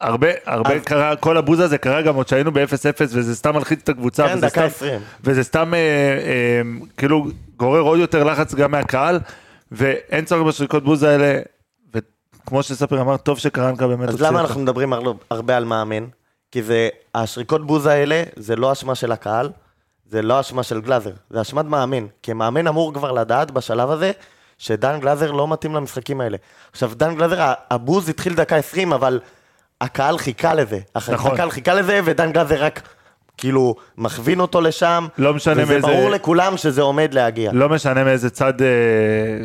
הרבה, הרבה קרה, כל הבוז הזה קרה גם עוד שהיינו ב-0-0 וזה סתם מלחיץ את הקבוצה.
כן,
וזה
דקה
סתם-
20.
וזה סתם אה, אה, כאילו גורר עוד יותר לחץ גם מהקהל, ואין צורך בשריקות בוז האלה, וכמו שספיר אמר, טוב שקרנקה באמת
אז
הוציא
למה
אותה.
אנחנו מדברים הר- הרבה על מאמן? כי זה, השריקות בוז האלה, זה לא אשמה של הקהל, זה לא אשמה של גלאזר, זה אשמת מאמן. כי מאמן אמור כבר לדעת בשלב הזה, שדן גלאזר לא מתאים למשחקים האלה. עכשיו, דן גלאזר, ה- הבוז התחיל דקה 20, אבל הקהל חיכה לזה.
נכון.
נכון. הקהל חיכה לזה, ודן גלאזר רק, כאילו, מכווין אותו לשם.
לא משנה מאיזה-
וזה ברור לכולם שזה עומד להגיע.
לא משנה מאיזה צד אה,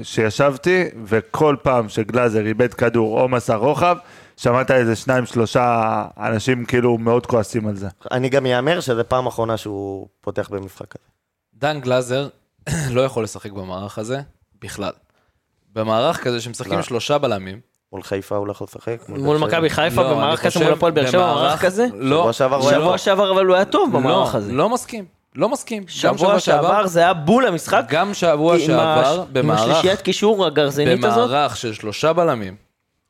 שישבתי, וכל פעם שגלאזר איבד כדור או מסע רוחב, שמעת איזה שניים שלושה אנשים כאילו מאוד כועסים על זה.
אני גם אאמר שזה פעם אחרונה שהוא פותח במשחק הזה.
דן גלאזר לא יכול לשחק במערך הזה בכלל. במערך כזה שמשחקים
לא.
שלושה בלמים.
מול חיפה הוא לא יכול לשחק.
מול
באר שבע.
מכבי חיפה,
לא,
במערך
אני
כזה מול
חושב
הפועל באר שבע,
במערך-
במערך כזה?
לא,
שבוע שעבר הוא היה
לא,
שבוע שעבר אבל הוא היה טוב במערך
לא,
הזה.
לא מסכים. לא מסכים. גם
שבוע שעבר זה היה בול המשחק.
גם שבוע
עם
שעבר,
הש- עם
במערך,
השלישיית קישור הגרזינית הזאת.
במערך של שלושה בלמים,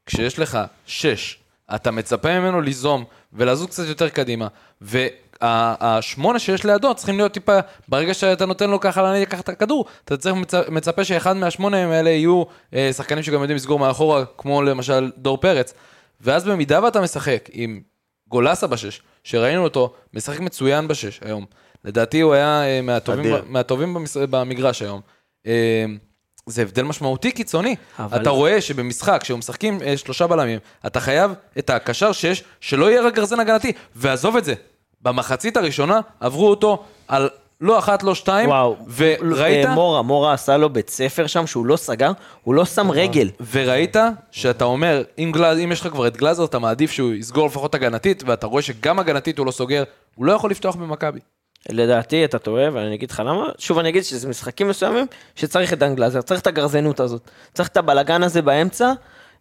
כשיש לך שש, אתה מצפה ממנו ליזום ולזוז קצת יותר קדימה, והשמונה שיש לידו צריכים להיות טיפה, ברגע שאתה נותן לו ככה לעניין לקחת את הכדור, אתה צריך מצ- מצפה שאחד מהשמונה האלה יהיו אה, שחקנים שגם יודעים לסגור מאחורה, כמו למשל דור פרץ. ואז במידה ואתה משחק עם גולסה בשש, שראינו אותו, משחק מצוין בשש היום. לדעתי הוא היה אה, מהטובים,
אדיר.
מהטובים במש... במגרש היום. אה, זה הבדל משמעותי קיצוני.
אבל-
אבל... אתה רואה שבמשחק, כשהם משחקים אה, שלושה בלמים, אתה חייב את הקשר שיש, שלא יהיה רק גרזן הגנתי. ועזוב את זה, במחצית הראשונה עברו אותו על לא אחת, לא שתיים,
וואו.
וראית,
אה, מורה, מורה עשה לו בית ספר שם שהוא לא סגר, הוא לא שם רגל.
וראית שאתה אומר, אם, גלאז, אם יש לך כבר את גלאזר, אתה מעדיף שהוא יסגור לפחות הגנתית, ואתה רואה שגם הגנתית הוא לא סוגר, הוא לא יכול לפתוח במכבי.
לדעתי אתה טועה, ואני אגיד לך למה. שוב אני אגיד שזה משחקים מסוימים שצריך את דן גלאזר, צריך את הגרזנות הזאת, צריך את הבלגן הזה באמצע,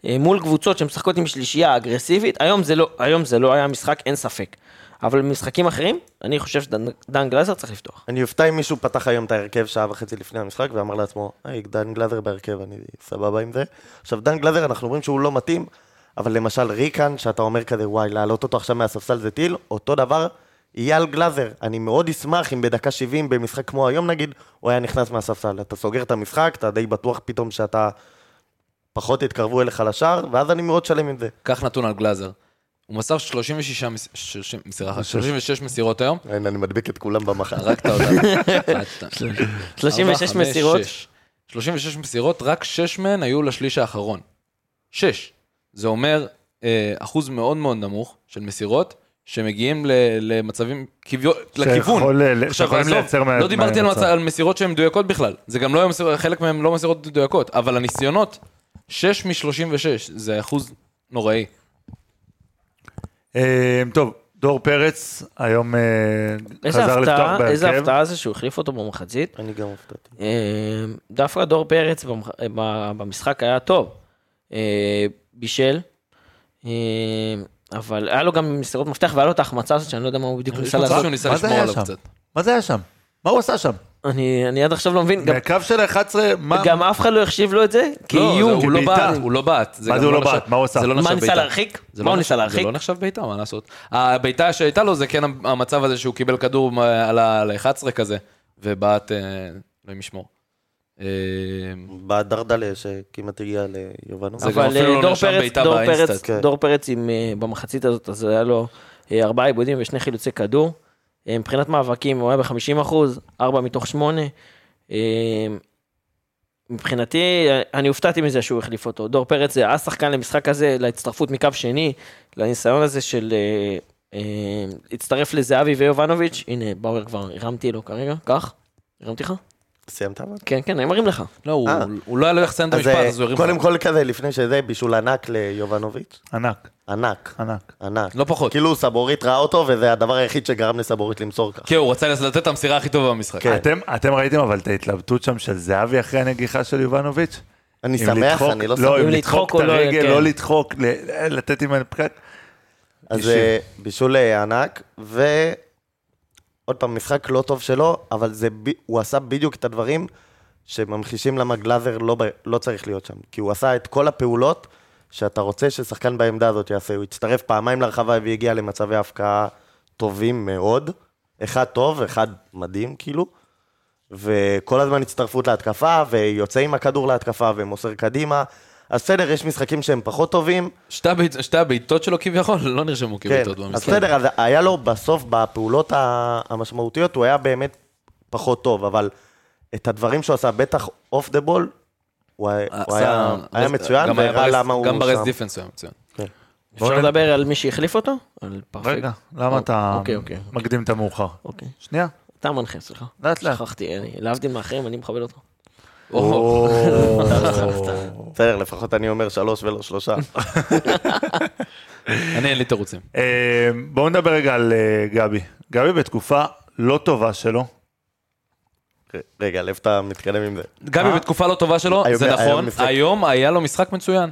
אה, מול קבוצות שמשחקות עם שלישייה אגרסיבית, היום זה לא, היום זה לא היה משחק, אין ספק. אבל במשחקים אחרים, אני חושב שדן גלזר צריך לפתוח.
אני אופתע אם מישהו פתח היום את ההרכב שעה וחצי לפני המשחק ואמר לעצמו, היי, דן גלאזר בהרכב, אני סבבה עם זה. עכשיו, דן גלאזר, אנחנו אומרים שהוא לא מתאים, אבל למשל ריקן, שאתה אומר כזה, וואי, להעלות אותו עכשיו מהספסל זה טיל, אותו דבר, אייל גלאזר, אני מאוד אשמח אם בדקה 70 במשחק כמו היום נגיד, הוא היה נכנס מהספסל. אתה סוגר את המשחק, אתה די בטוח פתאום שאתה... פחות יתקרבו אליך לשער, ואז אני מאוד שלם עם זה.
קח נתון על גלאזר. הוא מסר 36 מס- 30 מסירה אחת, 36 מסירות היום,
הנה, אני מדביק את כולם במחר.
הרגת אותנו. אחת, שתיים, ארבע,
36
חמש,
מסירות.
שש. 36 מסירות, רק 6 מהן היו לשליש האחרון. 6. זה אומר אה, אחוז מאוד מאוד נמוך של מסירות, שמגיעים ל, למצבים, כביו, לכיוון.
שיכול ל- שיכולים
עזוב,
לייצר מה-
לא דיברתי על,
מהמצב.
מצ... על מסירות שהן מדויקות בכלל. זה גם לא היה מסיר, חלק מהן לא מסירות מדויקות, אבל הניסיונות, 6 מ-36, זה אחוז
לא,
נוראי.
אה, טוב, דור פרץ היום אה,
איזה
חזר לפתוח
הפתעה, איזה
בהרכב.
הפתעה זה שהוא החליף אותו במחצית.
אני גם הופתעתי.
אה, דווקא דור פרץ במח- אה, ב- במשחק היה טוב. אה, בישל. אה, אבל היה לו גם מסירות מפתח והיה לו את ההחמצה הזאת שאני לא יודע מה הוא בדיוק
יש
ניסה
מצב
לעשות.
שהוא ניסה
מה זה
לשמור
היה
עליו
שם?
קצת.
מה זה היה שם? מה הוא עשה שם?
אני אני עד עכשיו לא מבין. גם-
מהקו של ה-11, מה...
גם אף אחד לא החשיב לו את זה
לא, זה-
כאיום.
הוא לא
כבעיטה.
בעט, הוא לא בעט.
מה
גם
זה הוא לא בעט?
נחשב-
מה הוא עשה?
זה לא
מה
נחשב
ניסה
בעיטה.
להרחיק?
זה
מה
לא
הוא
נחשב-
ניסה להרחיק?
זה לא נחשב בעיטה, מה לעשות? הבעיטה שהייתה לו זה כן המצב הזה שהוא קיבל כדור מה- על ה-11 כזה, ובעט, אה, אלוהים ישמור. אה,
בדרדלה שכמעט הגיע ליובנוב.
זה גם
אבל
אפילו
אה,
לא
דור
נרשם
פרץ,
בעיטה
דור
באינסטנט,
פרץ,
כן.
דור פרץ עם, אה, במחצית הזאת, אז היה לו אה, ארבעה עיבודים ושני חילוצי כדור. אה, מבחינת מאבקים הוא היה ב-50 אחוז, ארבע מתוך שמונה. אה, מבחינתי, אה, אני הופתעתי מזה שהוא החליף אותו. דור פרץ זה השחקן למשחק הזה, להצטרפות מקו שני, לניסיון הזה של... אה, אה, הצטרף לזהבי ויובנוביץ', הנה באואר כבר הרמתי לו כרגע, קח, הרמתי לך?
סיימת אבל?
כן, כן, אני מרים לך.
לא, הוא-
אה.
הוא לא היה לו איך לסיים את
אז
המשפט,
אה,
אז הוא הרים
קודם
לך.
כל כזה, לפני שזה, בישול ענק ליובנוביץ'.
ענק,
ענק,
ענק.
ענק.
לא פחות.
כאילו סבורית ראה אותו, וזה הדבר היחיד שגרם לסבורית למסור ככה.
כן, הוא רצה לתת את המסירה הכי טובה במשחק.
כן.
אתם, אתם ראיתם אבל את ההתלבטות שם של זהבי אחרי הנגיחה של יובנוביץ'?
אני
אם
שמח,
לדחוק-
אני לא
לא,
שמח.
אם
אם
לדחוק
לדחוק
את
או לא,
הרגל,
כן.
לא לדחוק, ל- לתת עם הפקק.
אז
אישי.
אה, בישול אה, ענק, ועוד פעם, משחק לא טוב שלו, אבל זה ב- הוא עשה בדיוק את הדברים שממחישים למה גלאזר לא ב- לא צריך להיות שם. כי הוא עשה את כל הפעולות שאתה רוצה ששחקן בעמדה הזאת יעשה. הוא הצטרף פעמיים לרחבה והגיע למצבי הפקעה טובים מאוד. אחד טוב, אחד מדהים, כאילו. וכל הזמן הצטרפות להתקפה, ויוצא עם הכדור להתקפה ומוסר קדימה. אז בסדר, יש משחקים שהם פחות טובים,
שתי הבעיט- שתי הבעיטות שלו כביכול לא נרשמו
כן,
כבעיטות
אז
במשחק. אה,
בסדר, אז היה לו בסוף, בפעולות ה- המשמעותיות, הוא היה באמת פחות טוב, אבל את הדברים שהוא עשה, בטח אוף דה בול, הוא היה- הוא
אה, עשה-
היה היה מצוין,
גם היה
והראה
ברס-
למה הוא
גם ברס
שם.
דיפנס הוא היה מצוין.
בוא
אפשר
נ-
לדבר על מי שהחליף אותו? על פרפקט.
רגע, למה
אוקיי,
אתה
אוקיי, אוקיי.
מקדים את המאוחר?
אוקיי.
שנייה.
אתה מנחה, סליחה.
לאט לאט.
שכחתי, אני- להבדיל מאחרים, אני מכבד אותך.
או,
בסדר, לפחות אני אומר שלוש ולא שלושה.
אני אין לי תירוצים.
אה, בואו נדבר רגע על אה, גבי. גבי בתקופה לא טובה שלו.
רגע, לב אתה מתקדם עם זה.
גבי בתקופה לא טובה שלו,
אה? היום-
זה
היום
נכון,
משחק-
היום היה לו משחק מצוין.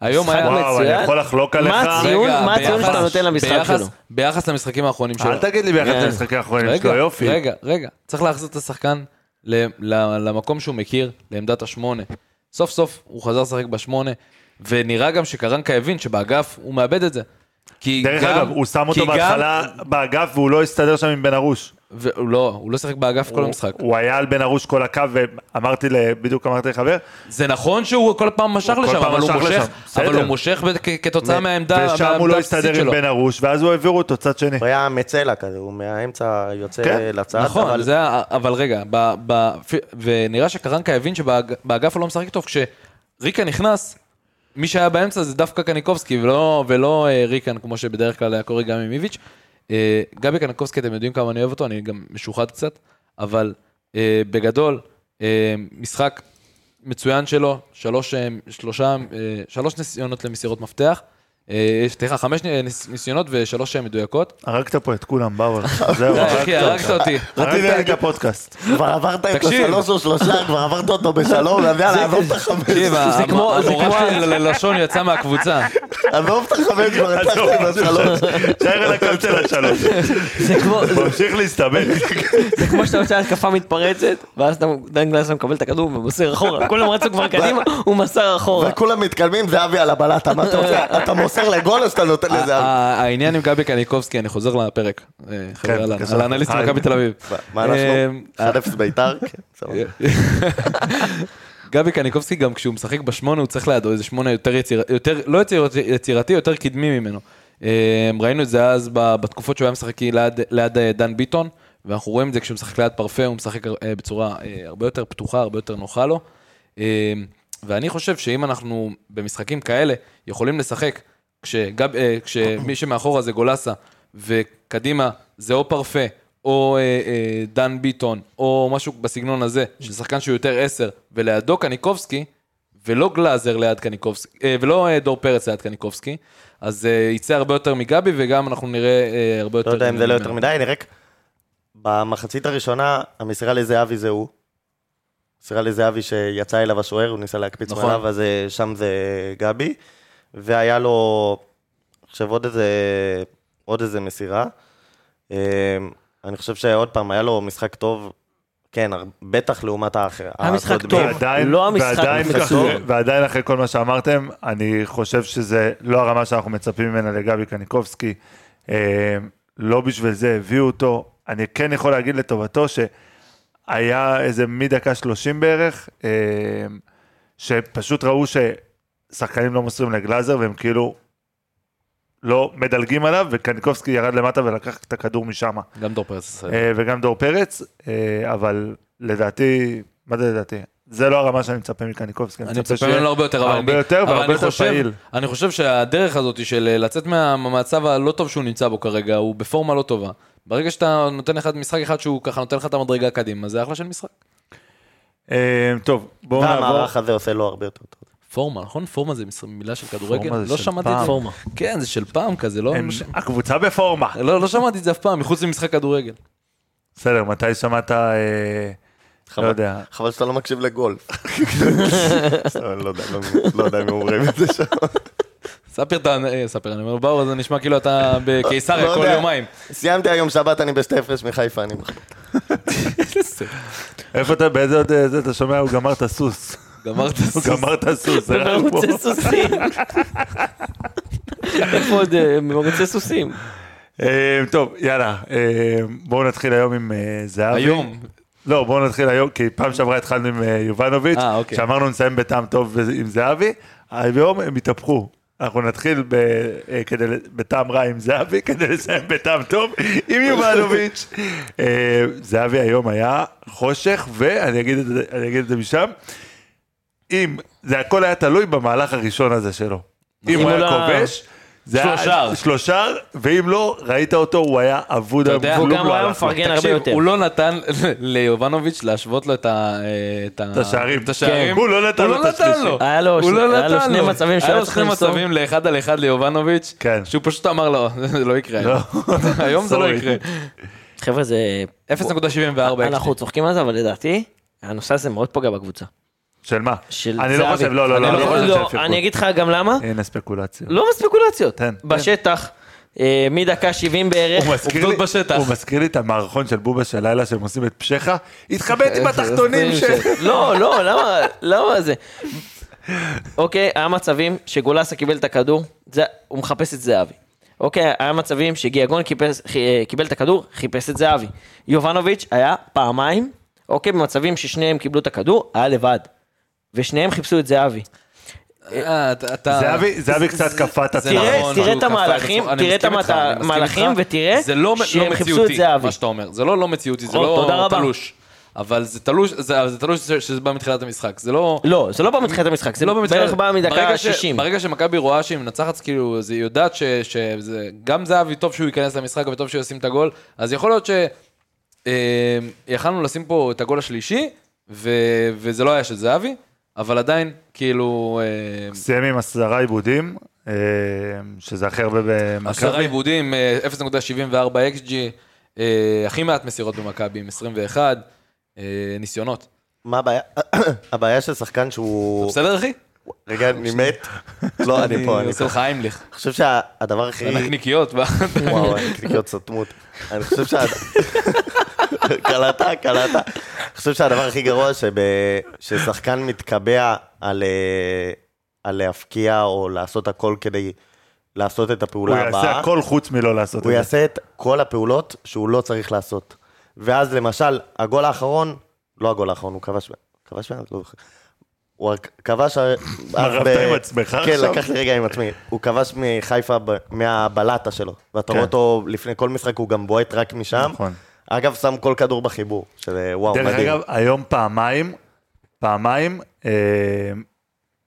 היום היה...
וואו, אני
מצוין.
יכול לחלוק עליך.
מה הציון?
רגע,
מה הציון
ביחס-
שאתה נותן למשחק
ביחס-
שלו?
ביחס למשחקים האחרונים שלו.
אל תגיד לי ביחד
כן.
למשחקים האחרונים
רגע,
שלו, יופי.
רגע, רגע. צריך להחזיר את השחקן ל- ל- למקום שהוא מכיר, לעמדת השמונה. סוף סוף הוא חזר לשחק בשמונה, ונראה גם שקרנקה הבין שבאגף הוא מאבד את זה. כי
דרך
גם-
אגב, הוא שם
כי
אותו
גם-
בהתחלה באגף והוא לא הסתדר שם עם בן ארוש.
והוא לא, הוא לא שיחק באגף כל המשחק.
הוא היה על בן ארוש כל הקו, ואמרתי, ל- בדיוק אמרתי לחבר,
זה נכון שהוא כל פעם משך
הוא כל
לשם,
פעם
אבל הוא
משך
מושך,
לשם, בסדר.
אבל הוא מושך ב- כ- כתוצאה מהעמדה מהעמדה
ושם הוא לא
הבסיסית
הסתדר עם
אה, שלו.
בן ארוש, ואז הוא העבירו אותו צד שני.
הוא היה מצלע כזה, הוא מהאמצע יוצא
כן,
לצד,
נכון,
אבל
אבל... זה, ה- אבל רגע, ב, ב, פ- ונראה שקרנקה הבין שבאגף הוא לא משחק טוב, כשריקה נכנס, מי שהיה באמצע זה דווקא קניקובסקי ולא, ולא אה, ריקן, כמו שבדרך כלל היה קורה גם עם איביץ'. אה, גבי קניקובסקי, אתם יודעים כמה אני אוהב אותו, אני גם משוחד קצת, אבל אה, בגדול, אה, משחק מצוין שלו, שלוש, אה, שלושה, אה, שלוש ניסיונות למסירות מפתח, אה, סליחה, חמש נ- ניס- ניסיונות ושלוש אה, מדויקות.
הרגת פה את כולם, באו, זהו,
די, אחי,
הרגת
הרגת
אותך.
אותי.
הרגת לי את הפודקאסט.
כבר עברת את
תקשיב.
השלוש או שלושה, כבר עברת אותו בשלום, יאללה, עזוב את החמש.
תקשיב,
זה כמו- זה
המורה
כמו-
שלי ללשון יצאה מהקבוצה.
עזוב את החמש, כבר
עזוב,
הצלחתי בשלוש.
תשאר על הקו של השלוש.
זה כמו- זה-
ממשיך להסתבך.
זה כמו שאתה עושה התקפה מתפרצת, ואז אתה- דן גלזר מקבל את הכדור ומוסר אחורה. כולם רצו כבר קדימה, הוא מסר אחורה.
וכולם מתקדמים, זהבי על הבלטה, מה אתה רוצה? אתה מוסר לגול או שאתה נותן
ה-
לזהבי?
ה- העניין עם גבי קניקובסקי, אני חוזר לפרק. אה, חבר'ה,
כן,
אהלן,
בבקשה.
על האנליסט
היי.
מכבי תל אביב.
מה אנחנו?
אה,
1-0 בית"ר? כן, סבבה.
גבי קניקובסקי גם כשהוא משחק בשמונה הוא צריך לידו איזה שמונה יותר יצירתי, יותר, לא יציר, יצירתי, יותר קדמי ממנו. אה, ראינו את זה אז ב- בתקופות שהוא היה משחק ליד, ליד אה, דן ביטון, ואנחנו רואים את זה כשהוא משחק ליד פרפה, הוא משחק אה, בצורה אה, הרבה יותר פתוחה, הרבה יותר נוחה לו. אה, ואני חושב שאם אנחנו במשחקים כאלה יכולים לשחק כשגב, אה, כשמי שמאחורה זה גולסה וקדימה זה או פרפה או אה, אה, דן ביטון או משהו בסגנון הזה של שחקן שהוא יותר עשר ולידו קניקובסקי ולא גלאזר ליד קניקובסקי אה, ולא אה, דור פרץ ליד קניקובסקי אז אה, יצא הרבה יותר מגבי וגם אנחנו נראה אה, הרבה יותר
לא יודע אם זה לא
ממנו.
יותר מדי, אני רק... במחצית הראשונה, המסירה לזהבי זה הוא. מסירה לזהבי שיצא אליו השוער, הוא ניסה להקפיץ
נכון.
מעליו, אז אה, שם זה גבי. והיה לו, אני חושב, עוד איזה, עוד איזה מסירה. אה, אני חושב שעוד פעם, היה לו משחק טוב, כן, הר- בטח לעומת האחר.
היה משחק
הקודמים.
טוב.
ועדיין-
לא המשחק
ועדיין-
בקיצור.
ועדיין אחרי כל מה שאמרתם, אני חושב שזה לא הרמה שאנחנו מצפים ממנה לגבי קניקובסקי. אה, לא בשביל זה הביאו אותו. אני כן יכול להגיד לטובתו שהיה איזה מדקה 30 בערך, אה, שפשוט ראו ששחקנים לא מוסרים לגלאזר והם כאילו לא מדלגים עליו, וקניקובסקי ירד למטה ולקח את הכדור משם.
גם דור פרץ. ישראלי.
אה, וגם דור פרץ, אה, אבל לדעתי, מה זה לדעתי? זה לא הרמה שאני מצפה מקניקובסקי,
אני מצפה ממנו הרבה יותר, אבל
הרבה
אני-
יותר
אבל
והרבה
אני
יותר
חושב-
פעיל.
אני חושב שהדרך הזאת של אה, לצאת מה- מהמצב הלא טוב שהוא נמצא בו כרגע, הוא בפורמה לא טובה. ברגע שאתה נותן אחד משחק אחד שהוא ככה נותן לך את המדרגה קדימה, זה אחלה של משחק.
אה, טוב, בואו נעבור.
והמערך הזה עושה לו הרבה יותר טוב.
פורמה, נכון? פורמה זה מש- מילה של כדורגל?
פורמה זה
לא
של
שמעתי
פעם.
את זה. פורמה. כן, זה של פעם כזה, לא?
הם- הקבוצה בפורמה.
לא, לא שמעתי את זה אף פעם, מחוץ למשחק כדורגל.
בסדר, מתי שמעת, אה, לא
חבל-
יודע.
חבל שאתה לא מקשיב לגולף. סתם, אני לא יודע, לא- לא יודע אם אומרים את זה שם.
ספיר, אתה... אה, ספיר, אני אומר, באו, זה נשמע כאילו אתה בקיסריה
לא
כל
יודע.
יומיים.
סיימתי היום שבת, אני בשתי הפרש מחיפה, אני
איפה אתה, באיזה עוד אה, זה אתה שומע? הוא גמר את הסוס.
גמרת
הוא גמר את הסוס, זה רק פה.
במרוצי סוסים. איפה עוד אה, במרוצי סוסים?
אה, טוב, יאללה, אה, בואו נתחיל היום עם אה, זהבי.
היום.
לא, בואו נתחיל היום, כי פעם שעברה התחלנו עם אה, יובנוביץ',
אה, אוקיי.
שאמרנו נסיים בטעם טוב וזה- עם זהבי, היום הם התהפכו. אנחנו נתחיל ב, אה, כדי, ל- בטעם רע עם זהבי, כדי לסיים בטעם טוב עם יובנוביץ'. אה, זהבי היום היה חושך, ואני אגיד את זה, אני אגיד את זה משם, אם זה הכל היה תלוי במהלך הראשון הזה שלו. אם הוא
אם
היה
הוא לא-
כובש, זה היה-
שלושר.
שלושר, ואם לא, ראית אותו, הוא היה אבוד,
אתה יודע,
כלום
הוא
גם
לא
היה
הלך לו.
מפרגן. כן, הרבה
תקשיב,
יותר.
הוא לא נתן ליובנוביץ' להשוות לו את ה- אה, את ה-
את השערים.
את השערים.
הוא לא נתן
הוא
לו
לא
את השלישי.
נתן לו.
היה לו
הוא
ש-
לא
היה לו
נתן
שני מצבים
היה
שהיה
לו
צריך
שני
למסור.
מצבים לאחד על אחד ליובנוביץ',
כן.
שהוא פשוט אמר לו, זה לא יקרה. היום." היום זה לא
Sorry.
יקרה.
חבר'ה, זה...
0.74
אנחנו צוחקים על זה, אבל לדעתי, הנושא הזה מאוד פוגע בקבוצה.
של מה?
של
אני
זהבי.
לא חושב, לא, לא, לא,
אני
אני לא חושב שהפיקו.
אני אגיד לך גם למה.
אין הספקולציה.
לא מספקולציות.
תן.
בשטח, אה, מדקה 70 בערך.
הוא מזכיר
עובדות
לי-
בשטח.
הוא מזכיר לי את המערכון של בובה של לילה שהם עושים את פשחה, התחבאת עם התחתונים ש...
לא, לא, למה, למה זה? אוקיי, היה מצבים שגולסה קיבל את הכדור, זה, הוא מחפש את זהבי. אוקיי, היה מצבים שגיאגון קיפס, חי- אה, קיבל את הכדור, חיפש את זהבי. יובנוביץ' היה פעמיים, אוקיי, במצבים ששניהם קיבלו את הכדור, היה לבד. ושניהם חיפשו את זהבי.
אה, אתה- אתה-
זהבי- זהבי
זה-
קצת
זה-
קפא את
זה
עצמו.
תראה-
נכון,
תראה
שהוא
את
קפא
המהלכים,
עצמו. אני
תראה את
מסכים איתך, אני מסכים
המהלכים
איתך.
ותראה
זה לא מ- לא
שהם חיפשו את
מציאותי,
זהבי.
מה שאתה אומר, זה לא לא מציאותי, זה
או, תודה
לא
רבה.
תלוש. אבל זה תלוש, זה זה תלוש שזה- שזה בא מתחילת המשחק, זה לא...
לא, זה לא בא מתחילת המשחק, זה
לא במצחק.
בערך בא מדקה
ברגע ש-
60.
ברגע שמכבי רואה שהיא מנצחת, אז כאילו, אז היא יודעת ש- שזה... גם זהבי, טוב שהוא ייכנס למשחק וטוב שהוא ישים את הגול, אז יכול להיות ש... אמ, אה, יכלנו לשים פה את הגול השלישי, ו- וזה לא היה של זהבי, אבל עדיין, כאילו, אה,
סיים עם עשרה עיבודים, אה, שזה הכי הרבה
עשרה
במכבי.
עיבודים, אה, 0.74 XG, אה, הכי מעט מסירות במכבי, עם 21 אה, ניסיונות.
מה הבעיה? הבעיה של שחקן שהוא...
בסדר, אחי?
רגע, אני מת? לא, אני פה, אני
עושה
פה. אה,
לך איימליך.
אני חושב שהדבר הכי...
נקניקיות. ב-
וואו, הנקניקיות סתמות. אני חושב שה... קלטה, קלטה. אני חושב שהדבר הכי גרוע שב... ששחקן מתקבע על, אה, על להפקיע או לעשות הכל כדי לעשות את
הוא
הפעולה הבאה.
יעשה הכל חוץ מלא לעשות
הוא
את זה.
יעשה את כל הפעולות שהוא לא צריך לעשות. ואז למשל, הגול האחרון, לא הגול האחרון, הוא כבש, כבש, בעד? לא זוכר. הוא רק כבש... אז
רבת
ב-
עם עצמך עכשיו?
כן, לקח לי רגע עם עצמי. הוא כבש מחיפה, ב- מהבלטה שלו. ואתה רואה
כן.
אותו לפני כל משחק, הוא גם בועט רק משם.
נכון.
אגב, שם כל כדור בחיבור, שזה וואו,
דרך
מדהים.
אגב, היום פעמיים, פעמיים, אה,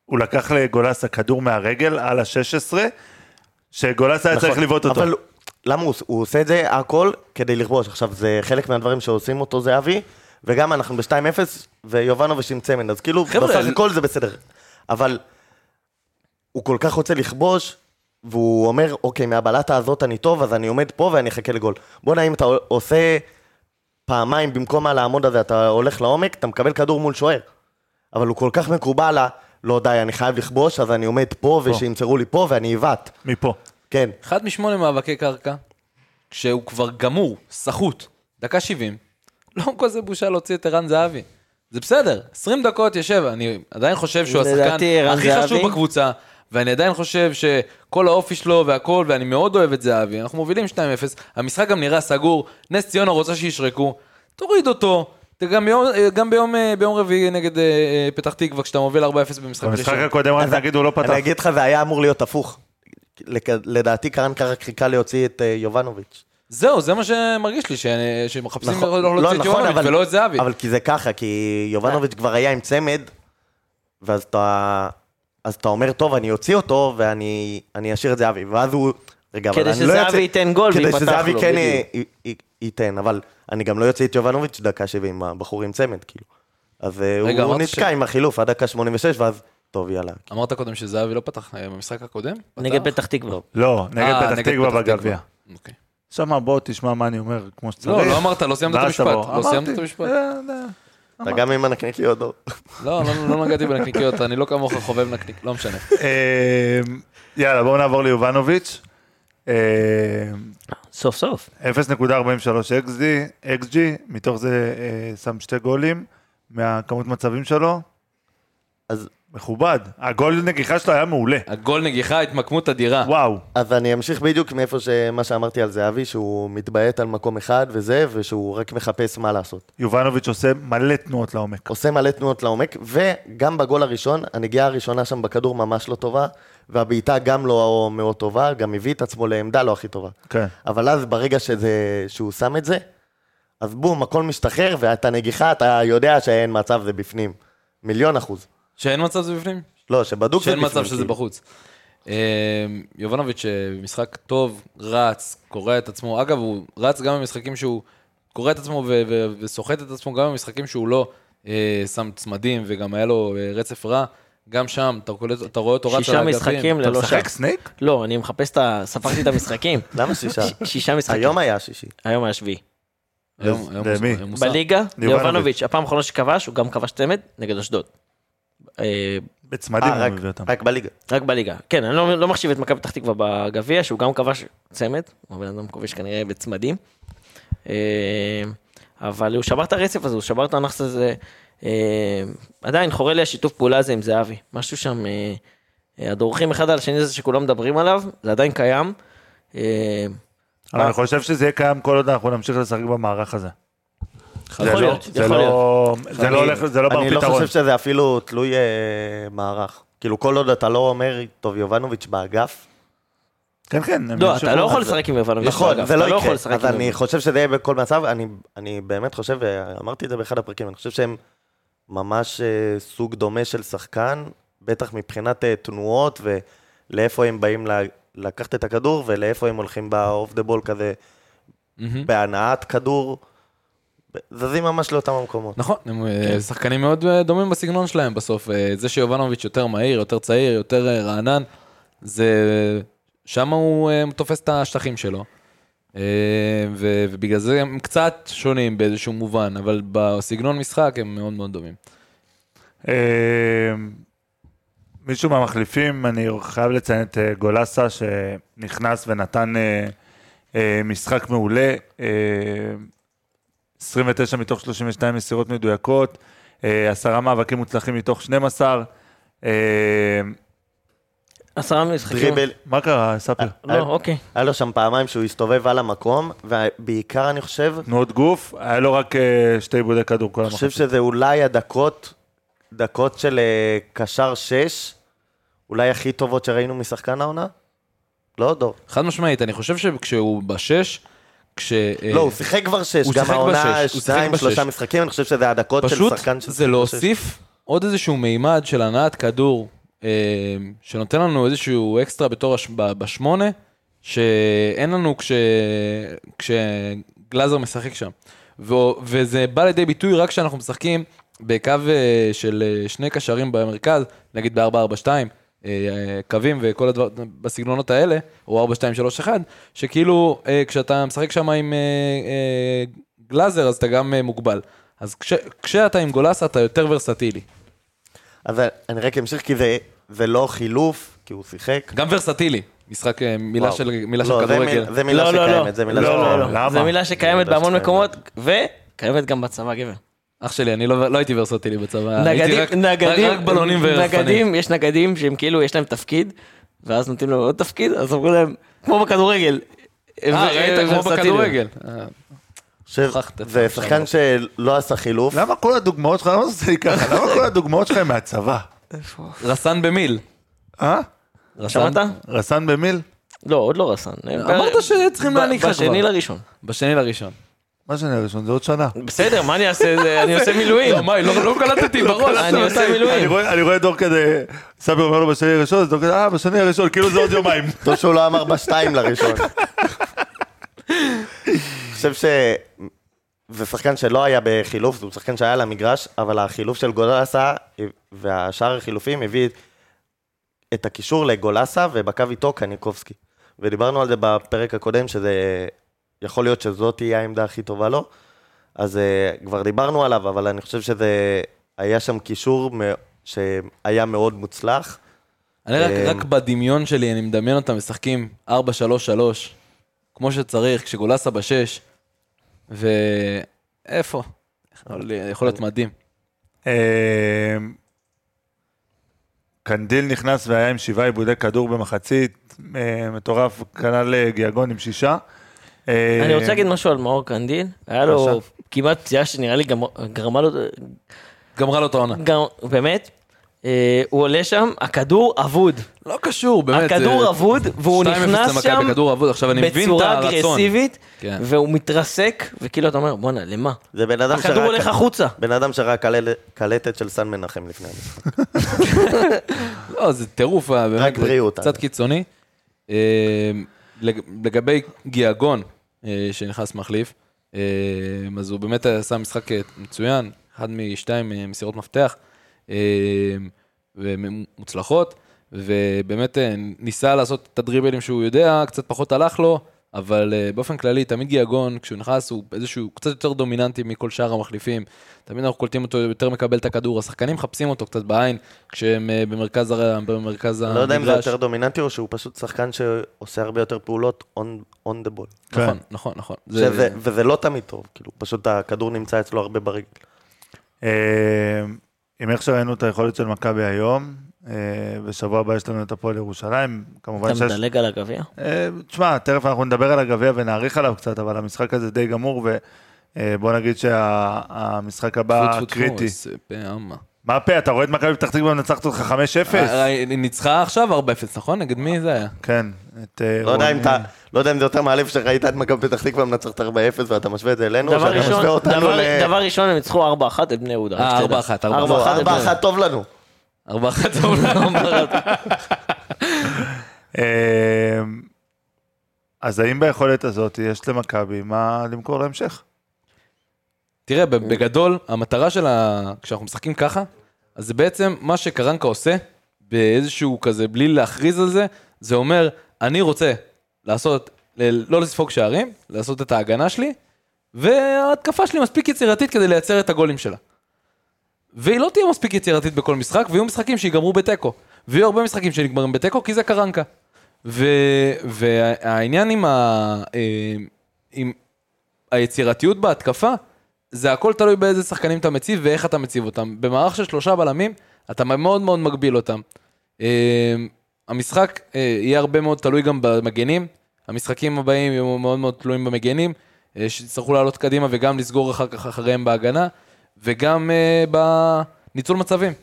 הוא לקח לגולסה כדור מהרגל על ה-16, שגולסה היה צריך לבעוט אותו.
נכון. אבל למה הוא, הוא עושה את זה הכל כדי לכבוש? עכשיו, זה חלק מהדברים שעושים אותו זה אבי, וגם אנחנו ב-2-0 ויובנוביץ' עם צמד, אז כאילו,
חבר'ה,
בסך
אל-
הכל זה בסדר. אבל הוא כל כך רוצה לכבוש, והוא אומר, אוקיי, מהבלטה הזאת אני טוב, אז אני עומד פה ואני אחכה לגול. בוא'נה, אם אתה עושה פעמיים במקום הלעמוד הזה, אתה הולך לעומק, אתה מקבל כדור מול שוער. אבל הוא כל כך מקובע ל... לא די, אני חייב לכבוש, אז אני עומד פה, ושימצרו לי פה, ואני עיוות.
מפה.
כן.
אחד משמונה מאבקי קרקע, כשהוא כבר גמור, סחוט, דקה 70, לא כזה בושה להוציא את ערן זהבי. זה בסדר, 20 דקות יושב, אני עדיין חושב שהוא השחקן
לדעתי, ערן
הכי
זהבי-
חשוב בקבוצה, ואני עדיין חושב שכל האופי שלו והכל, ואני מאוד אוהב את זהבי, אנחנו מובילים 2-0, המשחק גם נראה סגור, נס ציונה רוצה שישרקו, תוריד אותו. אתה גם ביום, גם ביום, ביום רביעי נגד אה, אה, פתח תקווה, כשאתה מוביל 4-0 במשחק
במשחק
ראשון.
הקודם, רק
אז
נגיד, הוא לא פתח.
אני אגיד לך, זה היה אמור להיות הפוך. לק- לדעתי קרן קרק חיכה להוציא את אה, יובנוביץ'.
זהו, זה מה שמרגיש לי, שאני- שמחפשים לא להוציא את
נכון,
יובנוביץ'
אבל-
ולא את זהבי.
אבל כי זה ככה, כי יובנוביץ' כבר היה עם צמד, ואז אתה... אז אתה אומר, טוב, אני אוציא אותו, ואני אני אשאיר את זהבי. ואז הוא... רגע, אבל
כדי
אני לא
שזהבי
יוצא-
ייתן גול
כדי
וייפתח
שזהבי
לו,
כן
בדיוק.
י- י- ייתן, אבל אני גם לא יוצא את יובנוביץ' דקה 70, הבחור עם צמד, כאילו. אז אה,
רגע,
הוא
אמרת
נתקע
ש-
עם החילוף עד דקה 86, ואז, טוב, יאללה.
אמרת קודם שזהבי לא פתח אה, במשחק הקודם?
נגד
פתח?
פתח תקווה.
לא, נגד
אה,
פתח תקווה בגביע.
אוקיי.
שמע, בוא תשמע מה אני אומר, כמו שצריך.
לא, לא אמרת, לא סיימת את
ואז
המשפט.
תבוא.
לא סיימת
אמרתי.
את המשפט.
אה, אה.
אתה גם עם הנקניקיות, דור.
לא, לא- לא נגעתי בנקניקיות, אני לא כמוך חובב נקניק, לא משנה.
אמ, יאללה, בואו נעבור ליובנוביץ'. אמ,
סוף סוף.
0.43 XG, XG, מתוך זה אה, שם שתי גולים מהכמות מצבים שלו.
אז-
מכובד. הגול נגיחה שלו היה מעולה.
הגול נגיחה, התמקמות אדירה.
וואו.
אז אני אמשיך בדיוק מאיפה ש... מה שאמרתי על זהבי, שהוא מתביית על מקום אחד וזה, ושהוא רק מחפש מה לעשות.
יובנוביץ' עושה מלא תנועות לעומק.
עושה מלא תנועות לעומק, וגם בגול הראשון, הנגיעה הראשונה שם בכדור ממש לא טובה, והבעיטה גם לא מאוד טובה, גם הביא את עצמו לעמדה לא הכי טובה.
כן.
אבל אז ברגע שזה... שהוא שם את זה, אז בום, הכל משתחרר, ואתה נגיחה, אתה יודע שאין מצב, זה בפנים. מיליון אחוז.
שאין מצב זה בפנים?
לא, שבדוק זה
שאין
בפנים.
מצב שזה
כאילו.
בחוץ. אה, יובנוביץ' אה, משחק טוב, רץ, קורע את עצמו. אגב, הוא רץ גם במשחקים שהוא קורע את עצמו ו- ו- וסוחט את עצמו, גם במשחקים שהוא לא אה, שם צמדים וגם היה לו אה, רצף רע. גם שם, אתה קולט- אתה רואה אותו רץ על
שישה
האגפים.
משחקים
אתה
ללא
משחק
שער.
סנייק?
לא, אני מחפש את ה... ספרתי את המשחקים.
למה שישה?
ש- שישה משחקים.
היום היה שישי.
היום היה שביעי.
היום- היום
למי?
מוסר- מוסר.
בליגה,
ליובנוביץ'.
ליובנוביץ', הפעם האחרונה שכבש, הוא גם כבש צמד נגד אשדוד. אה,
בצמדים
אה,
הוא
רק,
מביא אותם.
רק בליגה.
רק בליגה. כן, אני לא, לא מחשיב את מכבי פתח תקווה בגביע, שהוא גם כבש צמד, הוא הבן אדם כובש כנראה בצמדים. אה, אבל הוא שבר את הרצף הזה, הוא שבר את הנכס הזה. אה, עדיין חורה לי השיתוף פעולה הזה עם זהבי. משהו שם, אה, אה, הדורכים אחד על השני הזה שכולם מדברים עליו, זה עדיין קיים. אה,
אבל אני חושב שזה יהיה קיים כל עוד אנחנו נמשיך לשחק במערך הזה.
יכול
זה לא-
להיות,
זה
יכול
לא-
להיות.
זה לא הולך, זה לא בר
אני לא
פתרון.
חושב שזה אפילו תלוי אה, מערך. כאילו, כל עוד אתה לא אומר, טוב, יובנוביץ' באגף.
כן, כן. הם
לא,
ימשיכו.
אתה לא יכול לשחק עם יובנוביץ'.
נכון,
באגף,
זה
אתה
לא יקרה.
יכול לשחק
אז
עם
אני חושב שזה יהיה בכל מצב. אני- אני באמת חושב, אה, אמרתי את זה באחד הפרקים, אני חושב שהם ממש אה, סוג דומה של שחקן, בטח מבחינת אה, תנועות ולאיפה הם באים ל- לקחת את הכדור ולאיפה הם הולכים ב-off the ball כזה,
מהמם.
בהנעת כדור. זזים ממש לאותם המקומות.
נכון, הם אה, שחקנים מאוד אה, דומים בסגנון שלהם בסוף. אה, זה שיובנוביץ' יותר מהיר, יותר צעיר, יותר אה, רענן, זה... שם הוא אה, תופס את השטחים שלו. אה, ו- ובגלל זה הם קצת שונים באיזשהו מובן, אבל בסגנון משחק הם מאוד מאוד דומים.
אה, מישהו מהמחליפים, אני חייב לציין את אה, גולסה שנכנס ונתן אה, אה, משחק מעולה. אה, 29 מתוך 32 מסירות מדויקות, אה, עשרה מאבקים מוצלחים מתוך 12. אה,
עשרה משחקים.
דריבל,
מה קרה, ספיר?
לא, אוקיי.
היה לו שם פעמיים שהוא הסתובב על המקום, ובעיקר אני חושב,
תנועות גוף, היה לו רק אה, שתי עיבודי כדור כל
אני חושב
המחצית.
שזה אולי הדקות, דקות של אה, קשר שש, אולי הכי טובות שראינו משחקן העונה? לא, דור.
חד משמעית, אני חושב שכשהוא בשש, כש... אה,
לא, הוא שיחק כבר שש,
הוא
גם
שיחק
העונה,
בשש, הוא שיחק
שניים,
בשש.
שלושה משחקים, אני חושב שזה הדקות של
פשוט
שחקן
זה
שש.
להוסיף עוד איזשהו מימד של הנעת כדור, אה, שנותן לנו איזשהו אקסטרה בתור הש... ב- בשמונה, שאין לנו כש... כשגלאזר משחק שם. ו... וזה בא לידי ביטוי רק כשאנחנו משחקים בקו אה, של אה, שני קשרים במרכז, נגיד ב-442, אה, קווים וכל הדבר בסגנונות האלה, או 4231, שכאילו אה, כשאתה משחק שם עם אה, אה, גלאזר אז אתה גם אה, מוגבל. אז כש, כשאתה עם גולסה אתה יותר ורסטילי.
אז אני רק אמשיך, כי זה- זה לא חילוף, כי הוא שיחק.
גם ורסטילי, משחק, אה, מילה
וואו.
של, מילה
לא,
של
זה
כדורגל.
מי- זה מילה
לא, לא,
שקיימת,
לא.
זה מילה
לא,
שקיימת.
לא, למה?
זו מילה שקיימת
לא,
בהמון
לא,
מקומות, וקיימת גם בצבא, גבר.
אח שלי, אני לא, לא הייתי ורסטילי בצבא, אה, הייתי
נגדים,
רק,
נגדים,
רק, רק בלונים ורחפנים.
נגדים, יש נגדים שהם כאילו, יש להם תפקיד, ואז נותנים להם עוד תפקיד, אז אמרו להם, כמו בכדורגל.
אה,
ו-
ראית כמו
ורסטילי.
בכדורגל. אה,
עכשיו,
הוכחת את
זה
זה
שחקן שלא עשה חילוף.
למה כל הדוגמאות שלך, למה זה ככה? למה כל הדוגמאות שלך הן מהצבא?
רסן במיל.
אה?
שמעת?
רסן במיל?
לא, עוד לא רסן.
אמרת שצריכים
ב-
להניח לך
בשני
כבר.
לראשון.
בשני לראשון.
מה שאני הראשון, זה עוד שנה.
בסדר, מה אני אעשה? זה- אני עושה מילואים.
לא, מה, לא לא קלטתי בראש.
אני עושה
אני
מילואים.
רואה- אני רואה דור כזה, ספיר אומר לו בשני הראשון, אז דור כזה, אה, בשני הראשון, כאילו זה עוד יומיים.
טוב שהוא לא אמר בשתיים לראשון. אני חושב ש... זה שחקן שלא היה בחילוף, זה שחקן שהיה על המגרש, אבל החילוף של גולסה והשאר החילופים הביא את הקישור לגולסה ובקו איתו קניקובסקי. ודיברנו על זה בפרק הקודם, שזה יכול להיות שזאת תהיה העמדה הכי טובה לו. אז uh, כבר דיברנו עליו, אבל אני חושב שזה היה שם קישור מא- שהיה מאוד מוצלח.
אני רק,
אה,
רק בדמיון שלי, אני מדמיין אותם משחקים 4-3-3, כמו שצריך, כשגולסה בשש, ואיפה? יכול- יכול להיות מדהים.
אה, קנדיל נכנס והיה עם שבעה עיבודי כדור במחצית, אה, מטורף, כנ"ל אה, גיאגון עם שישה. אה,
אני רוצה להגיד משהו על מאור קנדיל. היה לו
בבקשה.
כמעט פציעה שנראה לי גם- גרמה לו...
גמרה לו את העונה.
גם- באמת? אה, הוא עולה שם, הכדור אבוד.
לא קשור, באמת.
הכדור
זה-
אבוד, והוא
2-0
נכנס
למכבי,
שם
כדור אבוד, עכשיו אני מבין את
בצורה
הרצון.
אגרסיבית,
כן.
והוא מתרסק, וכאילו אתה אומר, בואנה, למה?
זה בן אדם
הכדור הולך החוצה.
בן אדם שראה קלל- קלטת של סן מנחם לפני המשחק.
לא, זה טירוף, אה, באמת.
רק
זה
בריאות,
קצת
אה.
קיצוני. אה, לג- לגבי גיאגון, אה, שנכנס מחליף, אה, אז הוא באמת עשה משחק אה, מצוין, אחד משתיים אה, מסירות מפתח, אה, ומ- מוצלחות, ובאמת אה, ניסה לעשות את הדריבלים שהוא יודע, קצת פחות הלך לו. אבל אה, באופן כללי, תמיד גיאגון, כשהוא נכנס, הוא איזשהו קצת יותר דומיננטי מכל שאר המחליפים. תמיד אנחנו קולטים אותו יותר מקבל את הכדור, השחקנים מחפשים אותו קצת בעין, כשהם אה, במרכז, הר- במרכז
אה,
המגרש.
לא יודע אם זה יותר דומיננטי או שהוא פשוט שחקן שעושה הרבה יותר פעולות on on the ball.
נכון, נכון, נכון. זה-
שזה- וזה לא תמיד טוב, כאילו, פשוט הכדור נמצא אצלו הרבה ברגל.
אה, עם איך שראינו את היכולת של מכבי היום, אה, בשבוע הבא יש לנו את הפועל ירושלים,
אתה
כמובן שיש...
מדלג על הגביע?
אה, תשמע, תכף אנחנו נדבר על הגביע ונעריך עליו קצת, אבל המשחק הזה די גמור, ובוא נגיד שהמשחק הבא
טפו, טפו, טפו,
קריטי.
איזה פעמה.
מה הפה, אתה רואה את מכבי פתח תקווה מנצחת אותך 5-0?
אה, אה, ניצחה עכשיו 4-0, נכון? נגד מי זה היה?
כן, את... אה,
לא יודע
רוני.
אם אתה- לא יודע אם זה יותר מעליב שראית את מכבי פתח תקווה מנצחת 4-0 ואתה משווה את זה אלינו, או
דבר
שאתה
ראשון,
משווה אותנו
דבר-
ל...
דבר לא, ראשון, הם ניצחו 4-1 את בני יהודה. רק
אה,
שתדע.
4-1, 4-1.
4-1 את בני
4-1
יהודה.
טוב לנו.
4-1 העולם.
אה, אז האם ביכולת הזאת יש למכבי מה למכור להמשך?
תראה, ב- בגדול, המטרה של ה... כשאנחנו משחקים ככה, אז זה בעצם מה שקרנקה עושה, באיזשהו כזה, בלי להכריז על זה, זה אומר, אני רוצה לעשות, ל- לא לספוג שערים, לעשות את ההגנה שלי, וההתקפה שלי מספיק יצירתית כדי לייצר את הגולים שלה. והיא לא תהיה מספיק יצירתית בכל משחק, ויהיו משחקים שיגמרו בתיקו. ויהיו הרבה משחקים שנגמרים בתיקו, כי זה קרנקה. ו... והעניין עם, ה... אה, עם היצירתיות בהתקפה, זה הכל תלוי באיזה שחקנים אתה מציב ואיך אתה מציב אותם. במערך של שלושה בלמים, אתה מאוד מאוד מגביל אותם. אה, המשחק אה, יהיה הרבה מאוד תלוי גם במגנים. המשחקים הבאים יהיו מאוד מאוד תלויים במגנים, אה, שיצטרכו לעלות קדימה וגם לסגור אחר כך אחריהם בהגנה, וגם אה, בניצול מצבים.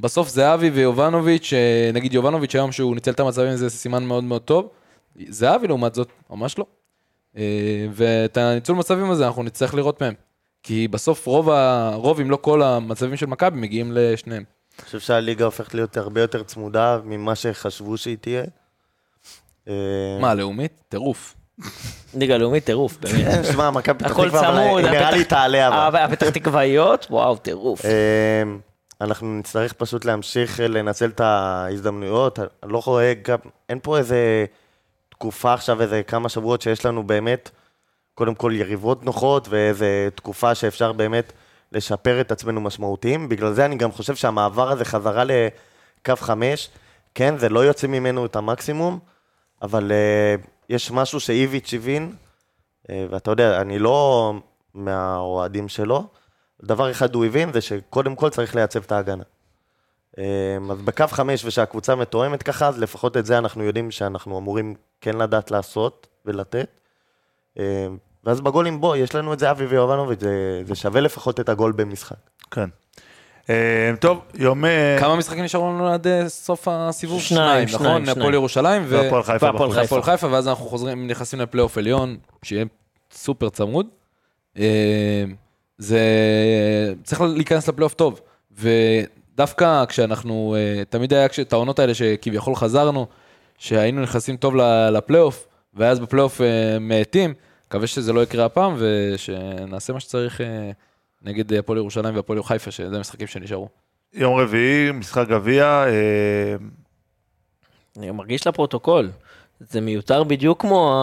בסוף זהבי ויובנוביץ', אה, נגיד יובנוביץ' היום שהוא ניצל את המצבים זה סימן מאוד מאוד טוב. זהבי לעומת זאת, ממש לא. אה, ואת הניצול מצבים הזה אנחנו נצטרך לראות מהם. כי בסוף רוב, ה... רוב אם לא כל המצבים של מכבי מגיעים לשניהם.
אני חושב שהליגה הופכת להיות הרבה יותר צמודה ממה שחשבו שהיא תהיה.
כן.
אה,
מה, לאומית? טירוף.
ליגה לאומית טירוף, באמת.
כן, שמע, מכבי פתח
הכל
תקווה,
צמוד.
אבל נראה
הפתח-
לי תעלה אבל.
אה, הפתח תקוואיות, וואו, טירוף.
אמ, אנחנו נצטרך פשוט להמשיך אה, לנצל את ההזדמנויות. אני לא רואה גם, אין פה איזה תקופה עכשיו, איזה כמה שבועות שיש לנו באמת, קודם כל יריבות נוחות, ואיזה תקופה שאפשר באמת לשפר את עצמנו משמעותיים. בגלל זה אני גם חושב שהמעבר הזה חזרה לקו חמש, כן, זה לא יוצא ממנו את המקסימום, אבל אה, יש משהו שאיביץ' הבין, אה, ואתה יודע, אני לא מהאוהדים שלו, דבר אחד הוא הבין, זה שקודם כל צריך לייצב את ההגנה. אמ, אז בקו חמש, ושהקבוצה מתואמת ככה, אז לפחות את זה אנחנו יודעים שאנחנו אמורים כן לדעת לעשות ולתת. אמ, ואז בגולים, בוא, יש לנו את זה אבי ויובנוביץ', זה, זה שווה לפחות את הגול במשחק.
כן. אה, טוב, יום... אה,
כמה משחקים נשארו לנו עד אה, סוף הסיבוב?
כן. שניים, שניים,
נכון?
שניים.
הפועל ירושלים ו-
והפועל חיפה
והפועל
בחוץ.
חיפה.
והפועל חיפה, ואז אנחנו חוזרים, נכנסים לפלייאוף עליון, שיהיה סופר צמוד. אה, זה... צריך להיכנס לפלייאוף טוב. ודווקא כשאנחנו, אה, תמיד היה כש- את העונות האלה שכביכול חזרנו, שהיינו נכנסים טוב ל- לפלייאוף, ואז בפלייאוף אה, מאטים, מקווה שזה לא יקרה הפעם, ושנעשה מה שצריך אה, נגד הפועל ירושלים והפועל חיפה, שזה המשחקים שנשארו.
יום רביעי, משחק גביע, אה,
אני מרגיש לפרוטוקול. זה מיותר בדיוק כמו, ה...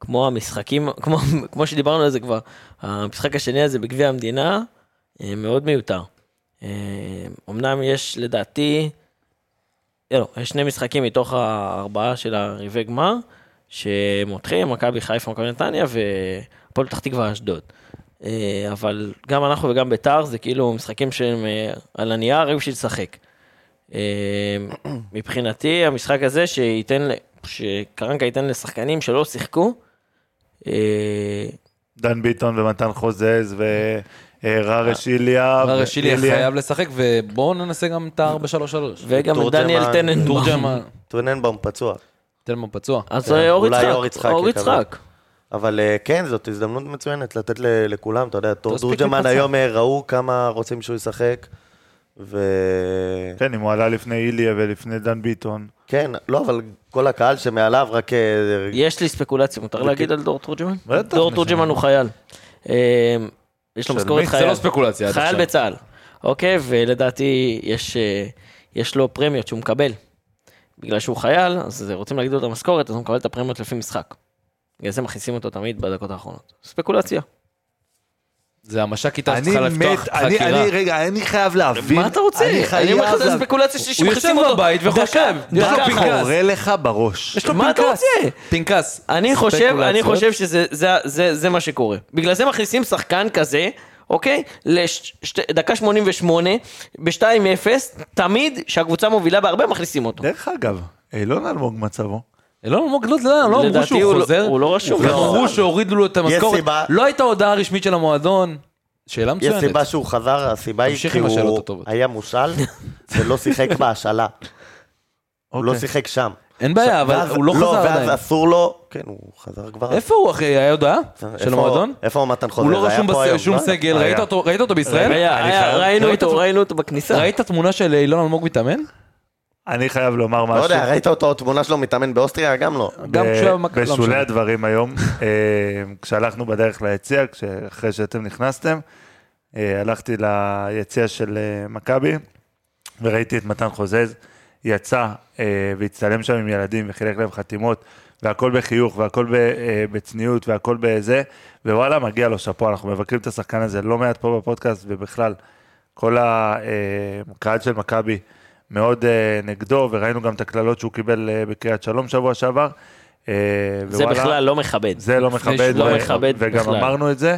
כמו המשחקים, כמו, כמו שדיברנו על זה כבר. המשחק השני הזה בגביע המדינה, אה, מאוד מיותר. אה, אמנם יש לדעתי, אה, לא, יש שני משחקים מתוך הארבעה של הרבעי גמר, שמותחים, מכבי חיפה, מכבי נתניה והפועל פתח תקווה אשדוד. אה, אבל גם אנחנו וגם ביתר זה כאילו משחקים שהם אה, על הנייר, רק בשביל לשחק. אה, מבחינתי, המשחק הזה שייתן, ל- שקרנקה ייתן לשחקנים שלא שיחקו, אה,
דן ביטון ומתן חוזז וררש איליה.
אמר שילי
ואיליה.
חייב לשחק, ובואו ננסה גם את ה-4-3-3.
וגם את
תורג'מן.
דניאל
תורג'מן,
טננבאום.
טורננבאום פצוע.
תלמון פצוע.
אז אה, אור
כן, אולי
יצחק,
אור יצחק
אור
יקבל.
יצחק.
אבל אה, כן, זאת הזדמנות מצוינת לתת ל- לכולם, אתה יודע, טור
תספיק
דורג'מן
לפצע.
היום אה, ראו כמה רוצים שהוא ישחק, ו...
כן, אם הוא עלה לפני איליה ולפני דן ביטון.
כן, לא, אבל כל הקהל שמעליו רק... אה,
יש לי ספקולציה,
אוקיי.
מותר להגיד על דור תורג'מן?
בטח,
דור
נשמע.
תורג'מן הוא חייל. אה, יש לו
של
משכורת
מי?
זה
חייל.
לא ספקולציה עד
חייל
עכשיו.
בצה"ל. אוקיי, ולדעתי יש, אה, יש לו פרמיות שהוא מקבל. בגלל שהוא חייל, אז רוצים להגדיל לו את המשכורת, אז הוא מקבל את הפרמיות לפי משחק. בגלל זה מכניסים אותו תמיד בדקות האחרונות. ספקולציה.
זה המש"ק איתה שצריכה לפתוח חקירה.
רגע, אני חייב להבין.
מה אתה רוצה? אני אומר לך, זה ספקולציה שלי
הוא יושב
שמכניסים אותו.
בבית וחושב.
דקה
יש לו
אחת.
פנקס.
קורה לך בראש.
יש לו
מה אתה
פנקס.
רוצה? אה,
פנקס.
אני חושב, אני
ספקולציות.
חושב שזה זה- זה- זה מה שקורה. בגלל זה מכניסים שחקן כזה, אוקיי? לדקה 88, ב-2-0, תמיד שהקבוצה מובילה בהרבה מכניסים אותו.
דרך אגב, אילון אלמוג מצבו.
לא אמרו לא, לא, לא אמרו
לדעתי
שהוא
הוא לא-
חוזר.
הוא לא רשום.
הם
לא.
אמרו שהורידו לו את המשכורת.
סיבה.
לא הייתה הודעה רשמית של המועדון. שאלה
יש
מצוינת.
סיבה שהוא חזר, הסיבה היא
תמשיך
כי
עם השאלות
הוא
הטובות.
היה מושל ולא שיחק בהשאלה. הוא לא
אוקיי.
שיחק שם.
אין בעיה, אבל
ואז-
הוא לא חזר
ואז
עדיין.
אסור לו... כן, הוא חזר כבר.
איפה הוא אחי? היה הודעה?
איפה-
של המועדון?
איפה מתן חוזר?
הוא לא
היה
רשום
פה
בס-
היום,
שום
לא?
סגל.
היה.
ראית אותו- ראית אותו בישראל?
היה- היה- ראינו
ראית
אותו,
אותו-
ראינו אותו בכניסה.
ראית תמונה של אילון אלמוג מתאמן?
אני חייב לומר משהו.
לא יודע, ראית אותו, תמונה שלו מתאמן באוסטריה? גם לא.
גם
ב-
כשהוא היה במכבי... לא
בשולי
משנה.
הדברים היום, אה, כשהלכנו בדרך ליציע, כש- אחרי שאתם נכנסתם, אה, הלכתי ליציע של אה, מכבי, וראיתי את מתן חוזז, יצא אה, והצטלם שם עם ילדים וחילק להם חתימות, והכל בחיוך, והכל ב- אה, בצניעות, והכל בזה, ווואלה, מגיע לו שאפו, אנחנו מבקרים את השחקן הזה לא מעט פה בפודקאסט, ובכלל, כל אה, הקהל של מכבי מאוד אה, נגדו, וראינו גם את הקללות שהוא קיבל אה, בקריית שלום שבוע שעבר. אה,
זה
ווואלה,
בכלל לא מכבד.
זה לא מכבד,
לא
ו-
מכבד
וגם
בכלל.
אמרנו את זה.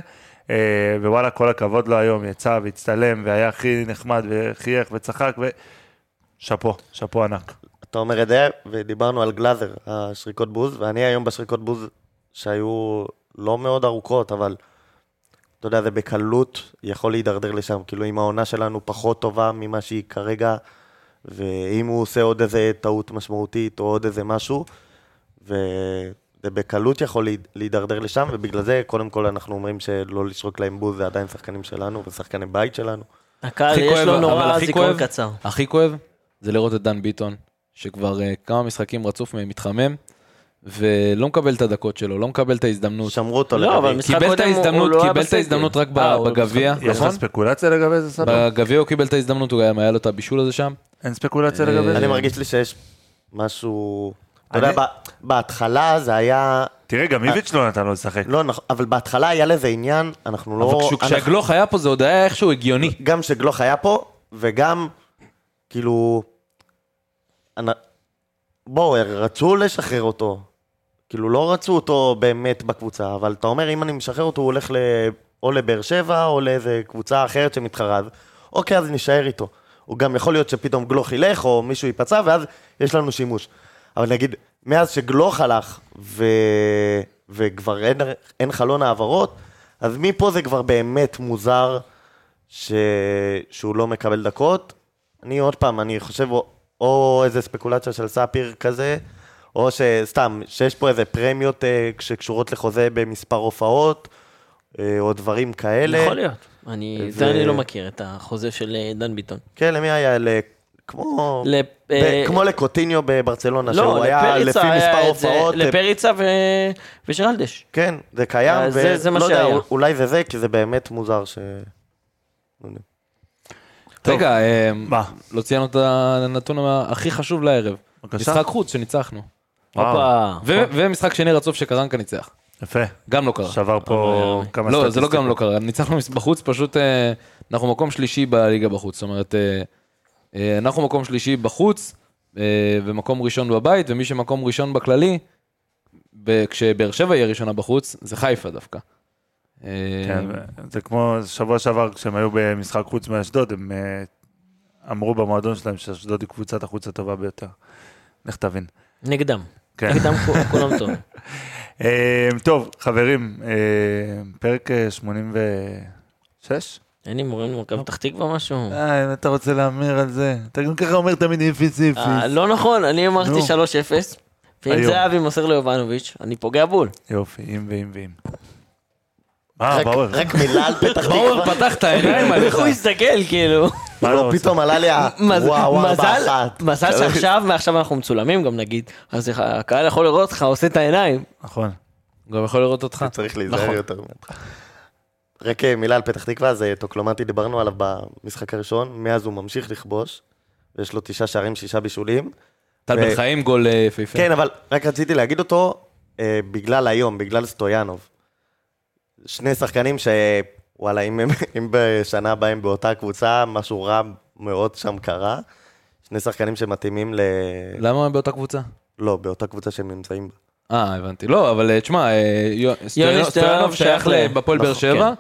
אה, ווואלה, כל הכבוד לו היום, יצא והצטלם, והיה הכי נחמד, וחייך וצחק, ו... שאפו, שאפו ענק.
אתה אומר את זה, ודיברנו על גלאזר, השריקות בוז, ואני היום בשריקות בוז שהיו לא מאוד ארוכות, אבל אתה יודע, זה בקלות יכול להידרדר לשם. כאילו, אם העונה שלנו פחות טובה ממה שהיא כרגע, ואם הוא עושה עוד איזה טעות משמעותית או עוד איזה משהו, וזה בקלות יכול להיד- להידרדר לשם, ובגלל זה, קודם כל, אנחנו אומרים שלא לשרוק להם בוז, זה עדיין שחקנים שלנו, ושחקני בית שלנו.
הקהל
הכי
יש
כואב,
לו
אבל
נורא
הכי
זיכרון
כואב-
קצר.
הכי כואב זה לראות את דן ביטון, שכבר אה, כמה משחקים רצוף מהם מתחמם, ולא מקבל את הדקות שלו, לא מקבל את ההזדמנות.
שמרו אותו
לא, אבל משחק
קיבל את
קודם הוא-
ההזדמנות,
הוא לא היה
קיבל את
בסגל.
ההזדמנות רק ב-
אה, הוא
בגביע,
יש לך
נכון?
ספקולציה לגבי זה, סבא?
בגביע הוא קיבל את ההזדמנות, הוא גם היה לו את הבישול הזה שם.
אין ספקולציה
אה,
לגבי
אני
זה?
מרגיש לי שיש משהו... אתה יודע,
אני-
ב- בהתחלה זה היה...
תראה,
אה,
גם איביץ' לא נתן לו לשחק.
לא נכון, אבל בהתחלה היה לזה עניין, אנחנו לא...
אבל כשהוא-
אנחנו-
כשהגלוך היה פה זה עוד היה איכשהו הגיוני.
גם שגלוך היה פה, וגם, כאילו... אנ- בואו, רצו לשחרר אותו. כאילו, לא רצו אותו באמת בקבוצה, אבל אתה אומר, אם אני משחרר אותו, הוא הולך ל... או לבאר שבע, או לאיזה קבוצה אחרת שמתחרה. אז אוקיי, אז נישאר איתו. הוא גם יכול להיות שפתאום גלוך ילך, או מישהו ייפצע, ואז יש לנו שימוש. אבל נגיד, מאז שגלוך הלך, ו... וכבר אין, אין חלון העברות, אז מפה זה כבר באמת מוזר ש... שהוא לא מקבל דקות. אני עוד פעם, אני חושב, או, או איזה ספקולציה של ספיר כזה, או שסתם, שיש פה איזה פרמיות אה, שקשורות לחוזה במספר הופעות, אה, או דברים כאלה.
יכול להיות. אני,
ו-
זה אני לא מכיר, את החוזה של אה, דן ביטון.
כן, למי היה? ל... כמו...
ל-
ב...
אה,
כמו לקוטיניו בברצלונה, שהוא
לא,
היה לפי
לפריצה
מספר
היה את זה,
הופעות. אה,
לפריצה ו... ושרלדש.
כן, זה קיים,
אז אה, זה- זה מה
לא יודע,
שהיה.
אולי זה זה, כי זה באמת מוזר ש...
רגע, אה,
מה?
לא ציינו את הנתון הכי חשוב לערב.
בבקשה.
משחק חוץ שניצחנו.
וואו,
הופה.
ו- ומשחק שני רצוף שקרנקה ניצח.
יפה.
גם לא קרה.
שבר פה כמה
לא, זה לא
סטטיסטיקות.
גם לא קרה, ניצחנו מס- בחוץ, פשוט אה, אנחנו מקום שלישי בליגה בחוץ, זאת אומרת, אה, אה, אנחנו מקום שלישי בחוץ אה, ומקום ראשון בבית, ומי שמקום ראשון בכללי, ב- כשבאר שבע יהיה ראשונה בחוץ, זה חיפה דווקא. אה,
כן, זה כמו שבוע שעבר כשהם היו במשחק חוץ מאשדוד, הם אה, אמרו במועדון שלהם שאשדוד היא קבוצת החוץ הטובה ביותר. לך תבין.
נגדם.
כן.
נגדם כו- כולם טוב.
אה, טוב, חברים, אה, פרק אה, 86?
אין הימורים למכבי פתח תקווה משהו?
לא. אה, אם אתה רוצה להמר על זה, אתה גם ככה אומר תמיד איפיס איפיס.
אה, לא נכון, אני אמרתי
נו.
3-0, ואם
היום.
זהבי מוסר ליובנוביץ', אני פוגע בול.
יופי, אם ואם ואם. מה,
רק-
באואר?
רק מילה על פתח
אורן
תקווה.
פתח את העיניים
איך
עליך.
הוא הסתכל, כאילו?
מה
לא,
לא רוצה?
פתאום עלה לי ה...
מזל-
וואו, וואו,
מזל-
באחת.
מזל שעכשיו, מעכשיו אנחנו מצולמים גם נגיד, אז איך- הקהל יכול לראות אותך עושה את העיניים.
נכון.
גם יכול לראות אותך.
צריך
נכון.
להיזהר יותר. רק אה, מילה על פתח תקווה, זה טוקלומטי, דיברנו עליו במשחק הראשון, מאז הוא ממשיך לכבוש, ויש לו תשעה שערים, שישה בישולים.
טל בן
ו-
חיים גול אה, יפהפה.
כן, אבל רק רציתי להגיד אותו אה, בגלל היום, בגלל סטויאנוב. שני שחקנים שוואלה, אם, הם- אם בשנה הבאה הם באותה קבוצה, משהו רע מאוד שם קרה. שני שחקנים שמתאימים ל...
למה באותה קבוצה?
לא, באותה קבוצה שהם נמצאים בה.
אה, הבנתי. לא, אבל אה, תשמע, אה, יו- סטויאנוב- סטויאנוב שייך
שייך ל-
לפועל באר
נכון,
שבע.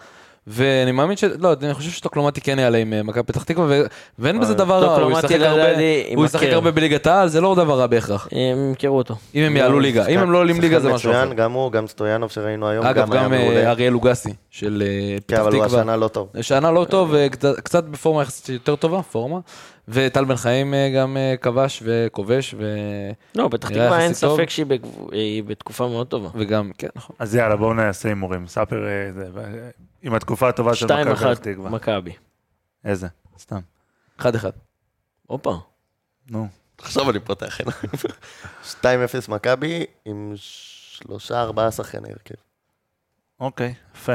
ואני מאמין ש... לא, אני חושב שטוקלומטי כן יעלה עם אה, מכבי פתח תקווה, ו- ואין בזה דבר רע, הוא
טוקלומטי
ישחק
לדעתי
הרבה-
עם
הוא ישחק
הקרן.
הרבה בליגת העל, זה לא דבר רע בהכרח,
אה, הם ימכרו אותו.
אם הם יעלו ליגה. אם הם לא עולים ליגה זה משהו
שחקן
אחר.
מצוין, גם הוא, גם סטויאנוב שראינו היום,
אגב,
היה
גם אה,
מעולה.
אריאל לוגסי של אה,
כן,
פתח
אבל הוא
תקווה.
השנה לא טוב.
שנה לא טוב, וקצת- קצת בפורמה יחסית יותר טובה, פורמה. וטל בן חיים אה, גם אה, כבש וכובש, ו-
לא, פתח
נראה
תקווה אין
יחסית טוב.
ספק שהיא בגב- היא בתקופה מאוד טובה.
וגם, כן, נכון.
אז יאללה, בואו נעשה הימורים. ספר אה, זה, אה, עם התקופה הטובה של מכבי
2-1
פתח תקווה.
מכבי.
איזה? סתם.
אחד אחד.
הופה.
נו,
עכשיו אני פותח עיניים. 2-0 מכבי עם שלושה, ארבעה שחקני הרכב.
אוקיי, יפה.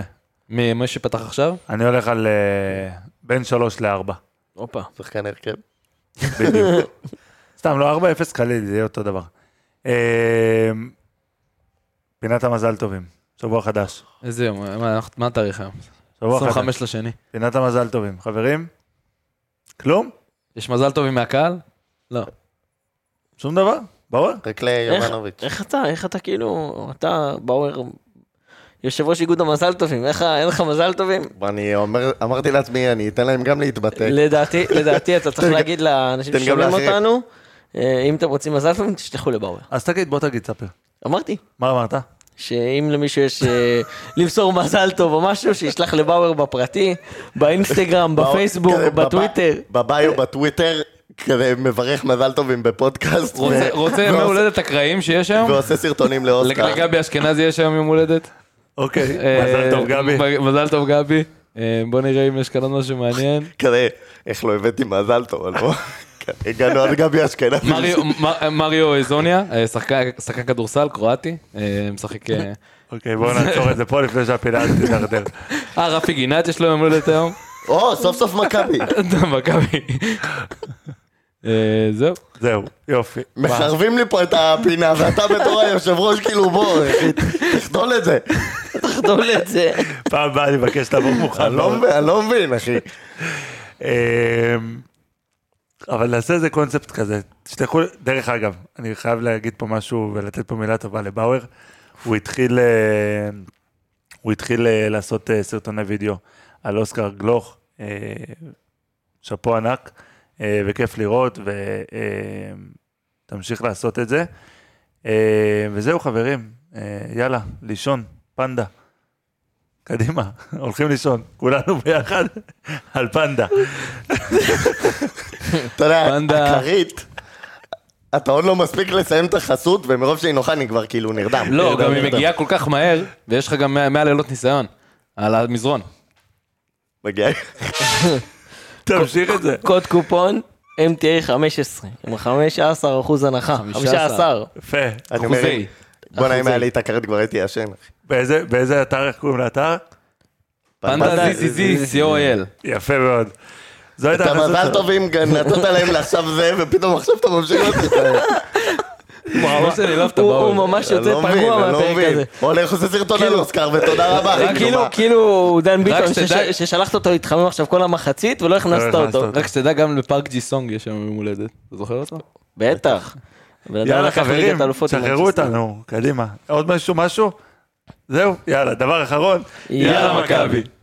ממה שפתח עכשיו?
אני הולך על אה, בין שלוש לארבע.
הופה.
שחקן הרכב.
בדיוק. סתם, לא, 4-0 קליל, זה יהיה אותו דבר. אה, פינת המזל טובים, שבוע חדש.
איזה יום, אה, מה אנחנו- מה התאריך היום?
שבוע חדש.
25 לשני.
פינת המזל טובים. חברים? כלום?
יש מזל טובים מהקהל? לא.
שום דבר? ברור?
רק
איך-
ליובנוביץ'.
איך אתה, איך אתה כאילו, אתה באואר, יושב ראש איגוד המזל טובים, איך ה- אין לך מזל טובים?
אני אומר, אמרתי לעצמי, אני אתן להם גם להתבטא.
לדעתי, לדעתי אתה צריך
תן גם-
להגיד לאנשים
תן גם
ששומעים
לאחרים.
אותנו, אה, אם אתם רוצים מזל טובים, תשלחו לבאואר.
אז תגיד, בוא תגיד, ספיר.
אמרתי,
מה אמרת?
שאם למישהו יש אה, למסור מזל טוב או משהו, שישלח לבאואר בפרטי, באינסטגרם, בפייסבוק,
כזה בב-
בטוויטר.
בביו, בטוויטר, כזה מברך מזל טובים בפודקאסט.
רוצה-
ו-
רוצה
ועושה-
ימי הולדת הקרעים שיש היום?
ועושה סרטונים לאוסקר.
לגבי אשכנזי יש היום יום הולדת?
אוקיי, מזל טוב,
אה,
גבי.
מ- מזל טוב גבי. אה, בוא נראה אם יש כאן עוד משהו מעניין.
כזה, איך לא הבאתי מזל טוב, אבל בוא. הגענו עד גבי אשכנזי.
מריו- מ- מריו איזוניה, אה, שחקן שחקן כדורסל קרואטי, אה, משחק... אה,
אוקיי, בואו נעצור את זה פה לפני שהפינה הזאת תידרדר.
אה, רפי גינת יש לו יום הולדת היום.
או, סוף סוף מכבי.
מכבי. אה, זהו.
זהו, יופי.
מחרבים לי פה את הפינה, ואתה בתור היושב ראש, כאילו, בוא, תחדול את זה.
תחתום לי את זה.
פעם הבאה אני מבקש לבוא מוכן.
אני לא מבין, אני לא מבין, אחי.
אמ, אבל נעשה איזה קונספט כזה, תשלחו, דרך אגב, אני חייב להגיד פה משהו ולתת פה מילה טובה לבאואר, הוא התחיל, אה, הוא התחיל אה, לעשות אה, סרטוני וידאו על אוסקר גלוך, אה, שאפו ענק, אה, וכיף לראות, ותמשיך לעשות את זה. אה, וזהו חברים, אה, יאללה, לישון, פנדה. קדימה, הולכים לישון, כולנו ביחד על פנדה.
אתה יודע,
פנדה.
הכרית, אתה עוד לא מספיק לסיים את החסות, ומרוב שהיא נוחה אני כבר כאילו נרדם.
לא,
נרדם,
גם היא
נרדם.
מגיעה כל כך מהר, ויש לך גם 100 לילות ניסיון. על המזרון.
מגיעה.
תמשיך את זה.
קוד קופון MTA 15, עם 15 אחוז הנחה, 15.
יפה.
אני אומר,
אחוזי.
בואנה, אם היה לי את הכרית כבר הייתי ישן. אחי.
באיזה- באיזה אתר, איך קוראים לאתר?
פנדה ZZZ COIL.
יפה מאוד. זו הייתה
אתה
החסות
מזל
של-
טובים, נתת להם לעכשיו זה, ופתאום עכשיו אתה ממשיך לתת להם.
כמו שאני לא אוהב את
הוא הוא
הבאו.
ממש
אני
יוצא
לא מבין,
פגוע
אני לא
מהפרק
מבין.
הזה.
הולך עושה סרטון
כאילו-
על אוסקר, ותודה רבה.
זה
אחי,
כאילו,
נו, מה?
כאילו דן ביטון
שתדע-
שש- ששלחת אותו להתחמם עכשיו כל המחצית ולא הכנסת
הכנסת
אותו.
אותו.
רק שתדע, גם לפארק ג'י סונג יש היום יום הולדת. אתה זוכר אותו?
בטח. בן אדם
יאללה
לקח לליגת
חברים,
האלופות עם
שחררו
מנצ'סטר.
אותנו, קדימה. עוד משהו, משהו? זהו, יאללה, דבר אחרון.
יאללה,
מכבי.